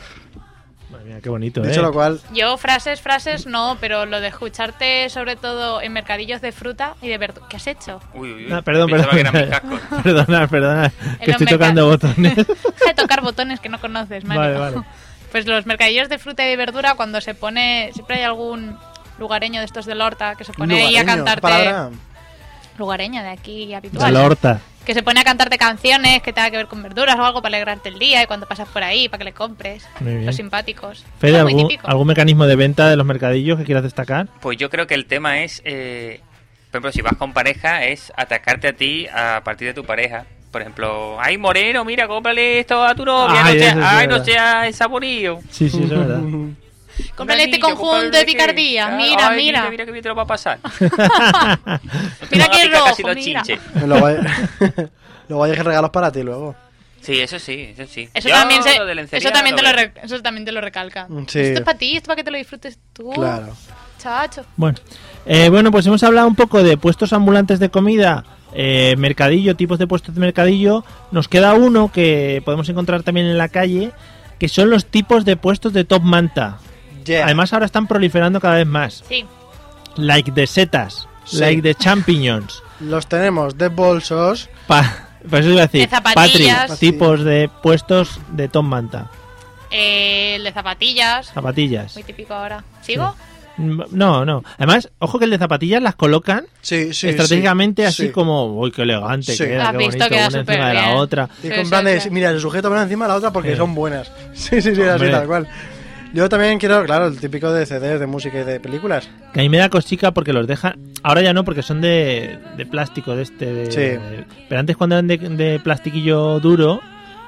S4: Madre mía, qué bonito,
S5: Dicho
S4: ¿eh?
S5: lo cual,
S7: Yo frases, frases no, pero lo de escucharte sobre todo en mercadillos de fruta y de verdura. ¿Qué has hecho?
S6: Uy, uy, uy.
S4: Ah, perdón,
S6: Pensaba
S4: perdón.
S6: que eran mis cascos.
S4: Perdona, perdona,
S7: En
S4: que
S7: los
S4: estoy
S7: merca-
S4: tocando botones.
S7: Deja de tocar botones que no conoces, Mario.
S4: Vale, vale.
S7: Pues los mercadillos de fruta y de verdura cuando se pone... Siempre hay algún lugareño de estos de la horta que se pone ahí a
S5: lugareño,
S7: cantarte...
S5: palabra.
S7: Lugareño de aquí habitual.
S4: De la horta.
S7: Que se pone a cantarte canciones que tenga que ver con verduras o algo para alegrarte el día y cuando pasas por ahí para que le compres.
S4: Muy bien.
S7: Los simpáticos.
S4: Fede,
S7: Es muy
S4: ¿algún,
S7: típico.
S4: algún mecanismo de venta de los mercadillos que quieras destacar?
S6: Pues yo creo que el tema es, eh, por ejemplo, si vas con pareja, es atacarte a ti a partir de tu pareja. Por ejemplo, ay Moreno, mira, cómprale esto a tu novia,
S4: Ay,
S6: no sea-
S4: eso sí
S6: ay,
S4: es
S6: no
S4: verdad.
S6: sea ese amorío.
S4: Sí, sí, es verdad.
S7: Cómprale este
S6: Un anillo,
S7: conjunto de
S6: cómprale que-
S7: picardía.
S6: claro,
S7: Mira,
S6: ay,
S7: mira.
S6: Mira que bien te lo va a pasar.
S7: Mira
S6: Te van a
S7: qué
S6: picar casi
S7: rojo,
S6: los
S7: mira.
S6: chinches.
S5: Luego hay, luego hay regalos para ti, luego.
S6: Sí, eso sí, eso sí.
S7: Eso
S6: Yo
S7: también, se-
S6: lo de lencería
S7: eso, también
S6: no
S7: te lo
S6: veo.
S7: re- eso también te lo recalca.
S5: Sí.
S7: Esto es para ti, esto para que te lo disfrutes tú.
S5: Claro.
S7: Chacho.
S4: Bueno, eh, bueno, pues hemos hablado un poco de puestos ambulantes de comida, eh, mercadillo, tipos de puestos de mercadillo. Nos queda uno que podemos encontrar también en la calle, que son los tipos de puestos de top manta.
S5: Yeah.
S4: Además ahora están proliferando cada vez más.
S7: Sí.
S4: Like de setas,
S5: Sí.
S4: like de champiñones.
S5: los tenemos de bolsos,
S4: Pa pues eso iba a decir,
S7: De zapatillas.
S4: Patri, tipos de puestos de top manta,
S7: Eh, el de
S4: Ah.
S7: zapatillas.
S4: zapatillas.
S7: Muy típico ahora. ¿Sigo?
S4: Mm, No, no. Además, ojo que el de zapatillas las colocan
S5: sí, sí,
S4: estratégicamente
S5: sí,
S4: así
S5: sí.
S4: como, uy, qué elegante,
S5: Sí.
S4: que queda,
S7: Has
S4: qué
S7: visto,
S4: bonito,
S7: queda
S4: una encima de
S7: superbién.
S4: la otra.
S5: Y
S7: Sí,
S5: con
S7: sí,
S5: plan de,
S7: sí.
S5: mira, el sujeto una encima de la otra porque
S4: Sí.
S5: son buenas. Sí, sí, sí, así
S4: Hombre.
S5: tal cual. Yo también quiero, claro, el típico de CDs de música y de películas.
S4: Que a mí me da cosica porque los dejan. Ahora ya no, porque son de, de plástico, de este. de-
S5: Sí.
S4: pero antes, cuando eran de, de plastiquillo duro,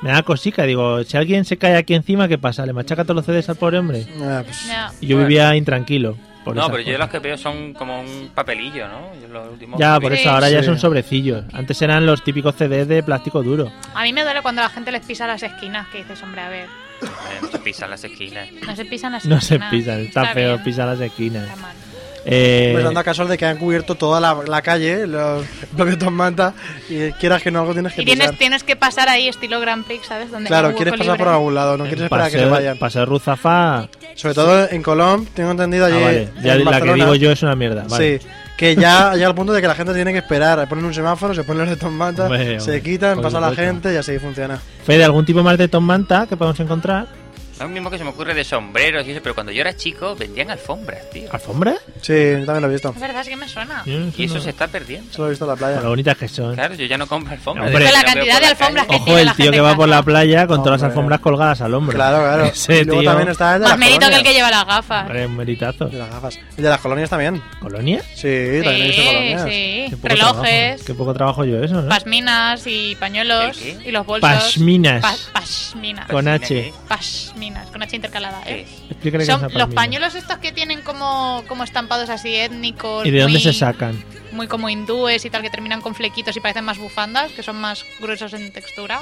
S4: Me da cosica, digo, si alguien se cae aquí encima, ¿qué pasa? ¿Le machaca todos los CDs al pobre hombre?
S5: Ah, pues,
S7: No.
S4: Y yo
S6: Bueno.
S4: vivía intranquilo. por
S6: No,
S4: esas
S6: pero yo
S4: cosas.
S6: los que veo son como un papelillo, ¿no? Yo los últimos
S4: Ya,
S6: que
S4: por
S6: vi-
S4: eso ahora ya
S5: Sí.
S4: son sobrecillos. Antes eran los típicos CDs de plástico duro.
S7: A mí me duele cuando la gente les pisa las esquinas, que dices, hombre, a ver,
S6: Eh, no se pisan las esquinas.
S7: no se pisan las
S4: No se
S7: esquinas.
S4: pisan, está, feo
S7: Ah, bien,
S4: pisar las esquinas.
S7: está mal.
S4: Eh,
S5: pues dando a caso de que han cubierto toda la, la calle, los propios Tom Manta, y quieras que no algo tienes que
S7: Y este, tienes,
S5: pisar.
S7: tienes que pasar ahí estilo Grand Prix, ¿sabes? Donde hay
S5: Claro,
S7: un
S5: quieres
S7: hueco
S5: pasar por
S7: libre.
S5: algún
S4: Eh,
S5: lado, no quieres esperar a que se
S4: paseo-
S5: vayan.
S4: paseo Ruzafa.
S5: Sobre todo en Colón, tengo entendido
S4: Ah,
S5: allí.
S4: vale. Ya la
S5: en
S4: que
S5: Barcelona,
S4: digo yo es una mierda. Vale.
S5: Sí, que ya ya al punto de que la gente tiene que esperar. Ponen un semáforo, se ponen los de Tom Manta,
S4: Hombre,
S5: se
S4: hombre,
S5: quitan,
S4: por
S5: pasa la
S4: supuesto.
S5: gente y así funciona.
S4: Fede, ¿algún tipo más de Tom Manta que podemos encontrar?
S6: Lo mismo que se me ocurre de sombreros y eso, pero cuando yo era chico vendían alfombras, tío.
S4: ¿Alfombra?
S5: Sí, yo también lo he visto.
S7: Es verdad, es que me suena.
S4: Yo no sé,
S6: Y eso
S4: no.
S6: se está perdiendo.
S5: Solo he visto en la
S4: Con Lo
S5: playa.
S4: bonitas que son.
S6: Claro, yo ya no compro alfombras.
S4: Hombre.
S6: Desde
S4: La
S6: que la veo
S7: cantidad
S6: por
S7: de
S6: la calle.
S7: alfombras que-
S4: Ojo,
S7: tiene la
S4: el tío
S7: gente
S4: que va por
S7: casa.
S4: la playa con todas las
S5: Hombre.
S4: alfombras colgadas al hombro.
S5: Claro, claro.
S4: Ese
S5: y luego
S4: tío.
S5: también está el de
S7: Más
S5: las
S7: mérito que el que
S5: colonias.
S7: lleva las gafas.
S4: Hombre, un meritazo.
S5: De las gafas. El de las colonias también.
S4: ¿Colonia?
S5: Sí, también he visto colonias.
S7: sí,
S4: Qué poco
S7: relojes,
S4: trabajo. Qué poco trabajo yo eso, ¿no?
S7: pasminas y pañuelos
S6: ¿El qué?
S7: y los bolsos.
S4: Pasminas.
S7: Pa- pasminas.
S4: Con
S6: Mira
S4: H.
S6: que-
S7: Pasminas, con H intercalada,
S6: que
S7: ¿eh?
S6: es.
S4: Explícale qué
S7: Son
S4: es una
S7: los
S4: pasmina.
S7: pañuelos estos que tienen como, como estampados así étnicos.
S4: ¿Y de dónde
S7: muy-
S4: se sacan?
S7: Muy como hindúes y tal, que terminan con flequitos y parecen más bufandas, que son más gruesos en textura.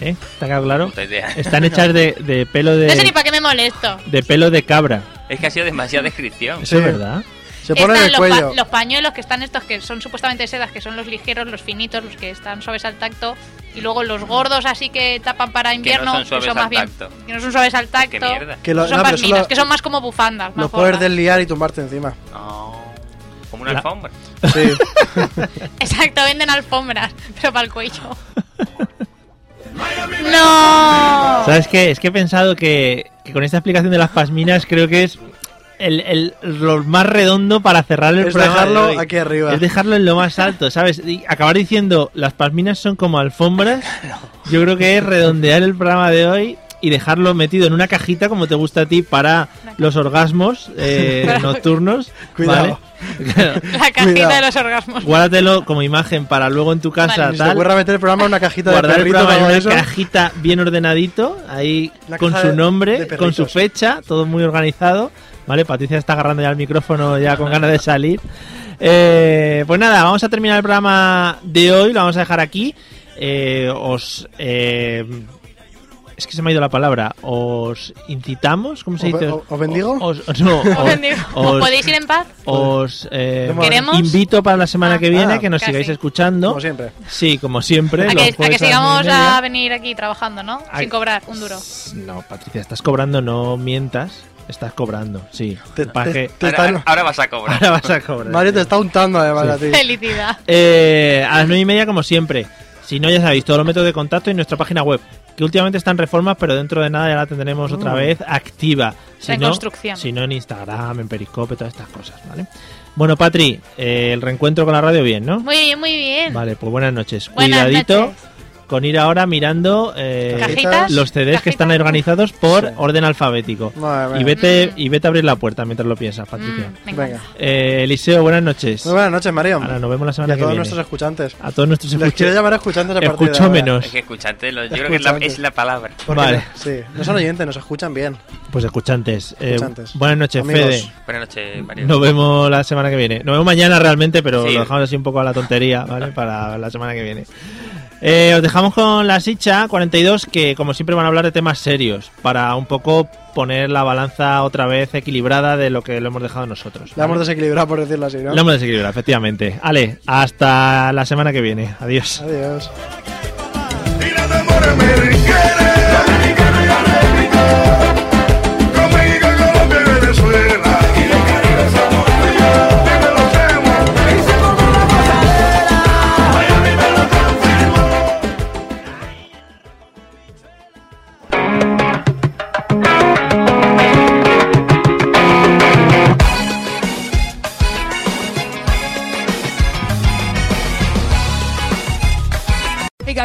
S4: ¿Eh? ¿Está claro?
S6: Puta idea.
S4: Están hechas de, de pelo de,
S7: No sé ni para qué me molesto.
S4: de pelo de cabra.
S6: Es que ha sido demasiada descripción.
S4: Eso
S5: Sí.
S4: es verdad.
S5: Se pone en el
S7: Están los,
S5: cuello.
S7: pa- los pañuelos que están estos que son supuestamente de sedas, que son los ligeros, los finitos, los que están suaves al tacto. Y luego los gordos así que tapan para invierno,
S6: son suaves
S7: más
S6: al
S7: bien-
S6: tacto.
S7: que no son suaves al tacto.
S6: Qué mierda.
S5: Que lo-
S7: son
S5: no, pero
S7: pasminas,
S5: solo-
S7: que son más como bufandas. más
S5: Los puedes
S7: gordas.
S5: desliar y tumbarte encima.
S6: No. Como una
S4: La-
S6: alfombra.
S5: Sí.
S7: Exacto, venden alfombras, pero para el cuello. ¡No!
S4: ¿Sabes qué? Es que he pensado que, que con esta explicación de las pasminas creo que es el, el- lo más redondo para cerrar el
S5: Es
S4: programa de
S5: dejarlo
S4: hoy.
S5: aquí arriba.
S4: Es dejarlo en lo más alto, ¿sabes? Y acabar diciendo las pasminas son como alfombras. Yo creo que es redondear el programa de hoy y dejarlo metido en una cajita como te gusta a ti para los orgasmos eh, nocturnos.
S5: Cuidado.
S4: ¿vale? Claro.
S7: La cajita
S5: Cuidado.
S7: de los orgasmos.
S4: Guárdatelo como imagen para luego en tu casa.
S5: Si se te
S4: tal,
S5: ocurra meter el programa en una cajita de
S4: guardar el
S5: perrito o
S4: programa en
S5: algo de
S4: una
S5: eso.
S4: cajita bien ordenadito, ahí
S5: La
S4: con
S5: caja
S4: su
S5: de-
S4: nombre,
S5: de
S4: con su
S5: perritos.
S4: fecha, todo muy organizado. Vale, Patricia está agarrando ya el micrófono ya con ganas de salir. Eh, pues nada, vamos a terminar el programa de hoy, lo vamos a dejar aquí. Eh, os... eh, es que se me ha ido la palabra. ¿Os incitamos? ¿Cómo se
S5: ¿Os
S4: dice?
S5: be- os bendigo?
S4: Os, no,
S7: Os
S4: os-
S7: bendigo.
S4: os-
S7: ¿Podéis ir en paz?
S4: os eh,
S7: ¿Queremos?
S4: invito para la semana
S7: Ah,
S4: que viene
S5: ah,
S4: que nos
S7: casi.
S4: sigáis escuchando.
S5: Como siempre.
S4: Sí, como siempre. los
S7: A que, a que
S4: jueves las
S7: sigamos
S4: nueve y media.
S7: a venir aquí trabajando, ¿no?
S4: Ay.
S7: Sin cobrar un duro.
S4: No, Patricia, estás cobrando, no mientas. Estás cobrando, sí.
S5: Te-
S4: Pa' que-
S5: Te
S6: Ahora,
S5: están-
S6: ahora vas a cobrar.
S4: Ahora vas a cobrar.
S5: Mario te está untando
S4: Sí.
S5: además a ti.
S7: Felicidad.
S4: Eh, a las nueve y media, como siempre. Si no, ya sabéis, todos los métodos de contacto y nuestra página web, que últimamente está en reformas, pero dentro de nada ya la tendremos otra
S5: Mm.
S4: vez activa. Si no,
S7: Reconstrucción.
S4: si no, en Instagram, en Periscope, todas estas cosas, ¿vale? Bueno, Patri, eh, el reencuentro con la radio bien, ¿no?
S7: Muy bien, muy bien.
S4: Vale, pues buenas noches.
S7: Buenas
S4: Cuidadito
S7: noches.
S4: con ir ahora mirando eh,
S7: Cajitas.
S4: los CDs que están ahí organizados por orden alfabético.
S5: Madre mía.
S4: Y vete,
S7: Mm.
S4: y vete a abrir la puerta mientras lo piensas, Patricia.
S7: Mm, me encanta.
S5: Venga.
S4: Eh, Eliseo, buenas noches.
S5: Muy buenas noches, Mario.
S4: Ahora nos vemos la
S5: Y
S4: semana
S5: a
S4: que
S5: todos
S4: viene.
S5: nuestros escuchantes.
S4: A todos nuestros
S5: Los quiero
S4: escuchantes.
S5: llamar escuchantes a partir de
S4: Escucho
S5: ahora.
S4: menos.
S6: Es que escucharte, lo- yo creo que es la,
S5: Escuchante.
S6: es la palabra.
S5: Porque
S4: Vale.
S5: Sí, no son oyentes, nos escuchan bien.
S4: Pues escuchantes. Eh,
S5: Escuchantes.
S4: buenas noches,
S5: Amigos.
S4: Fede.
S6: Buenas noches, Mario.
S4: Nos vemos la semana que viene. Nos vemos mañana realmente, pero
S6: Sí.
S4: lo dejamos así un poco a la tontería, ¿vale? Para la semana que viene. Eh, os dejamos con la Sicha 42, que como siempre van a hablar de temas serios, para un poco poner la balanza otra vez equilibrada de lo que lo hemos dejado nosotros.
S5: La hemos
S4: ¿vale?
S5: desequilibrado, por decirlo así, ¿no?
S4: La hemos desequilibrado, efectivamente. Ale, hasta la semana que viene. Adiós.
S5: Adiós.
S9: Tira de amor americana, dominicana y alegría, con México, Colombia y Venezuela. Y del Caribe somos tú y yo, que te lo hacemos, te hicimos con la pasarela. Miami te lo confirmo.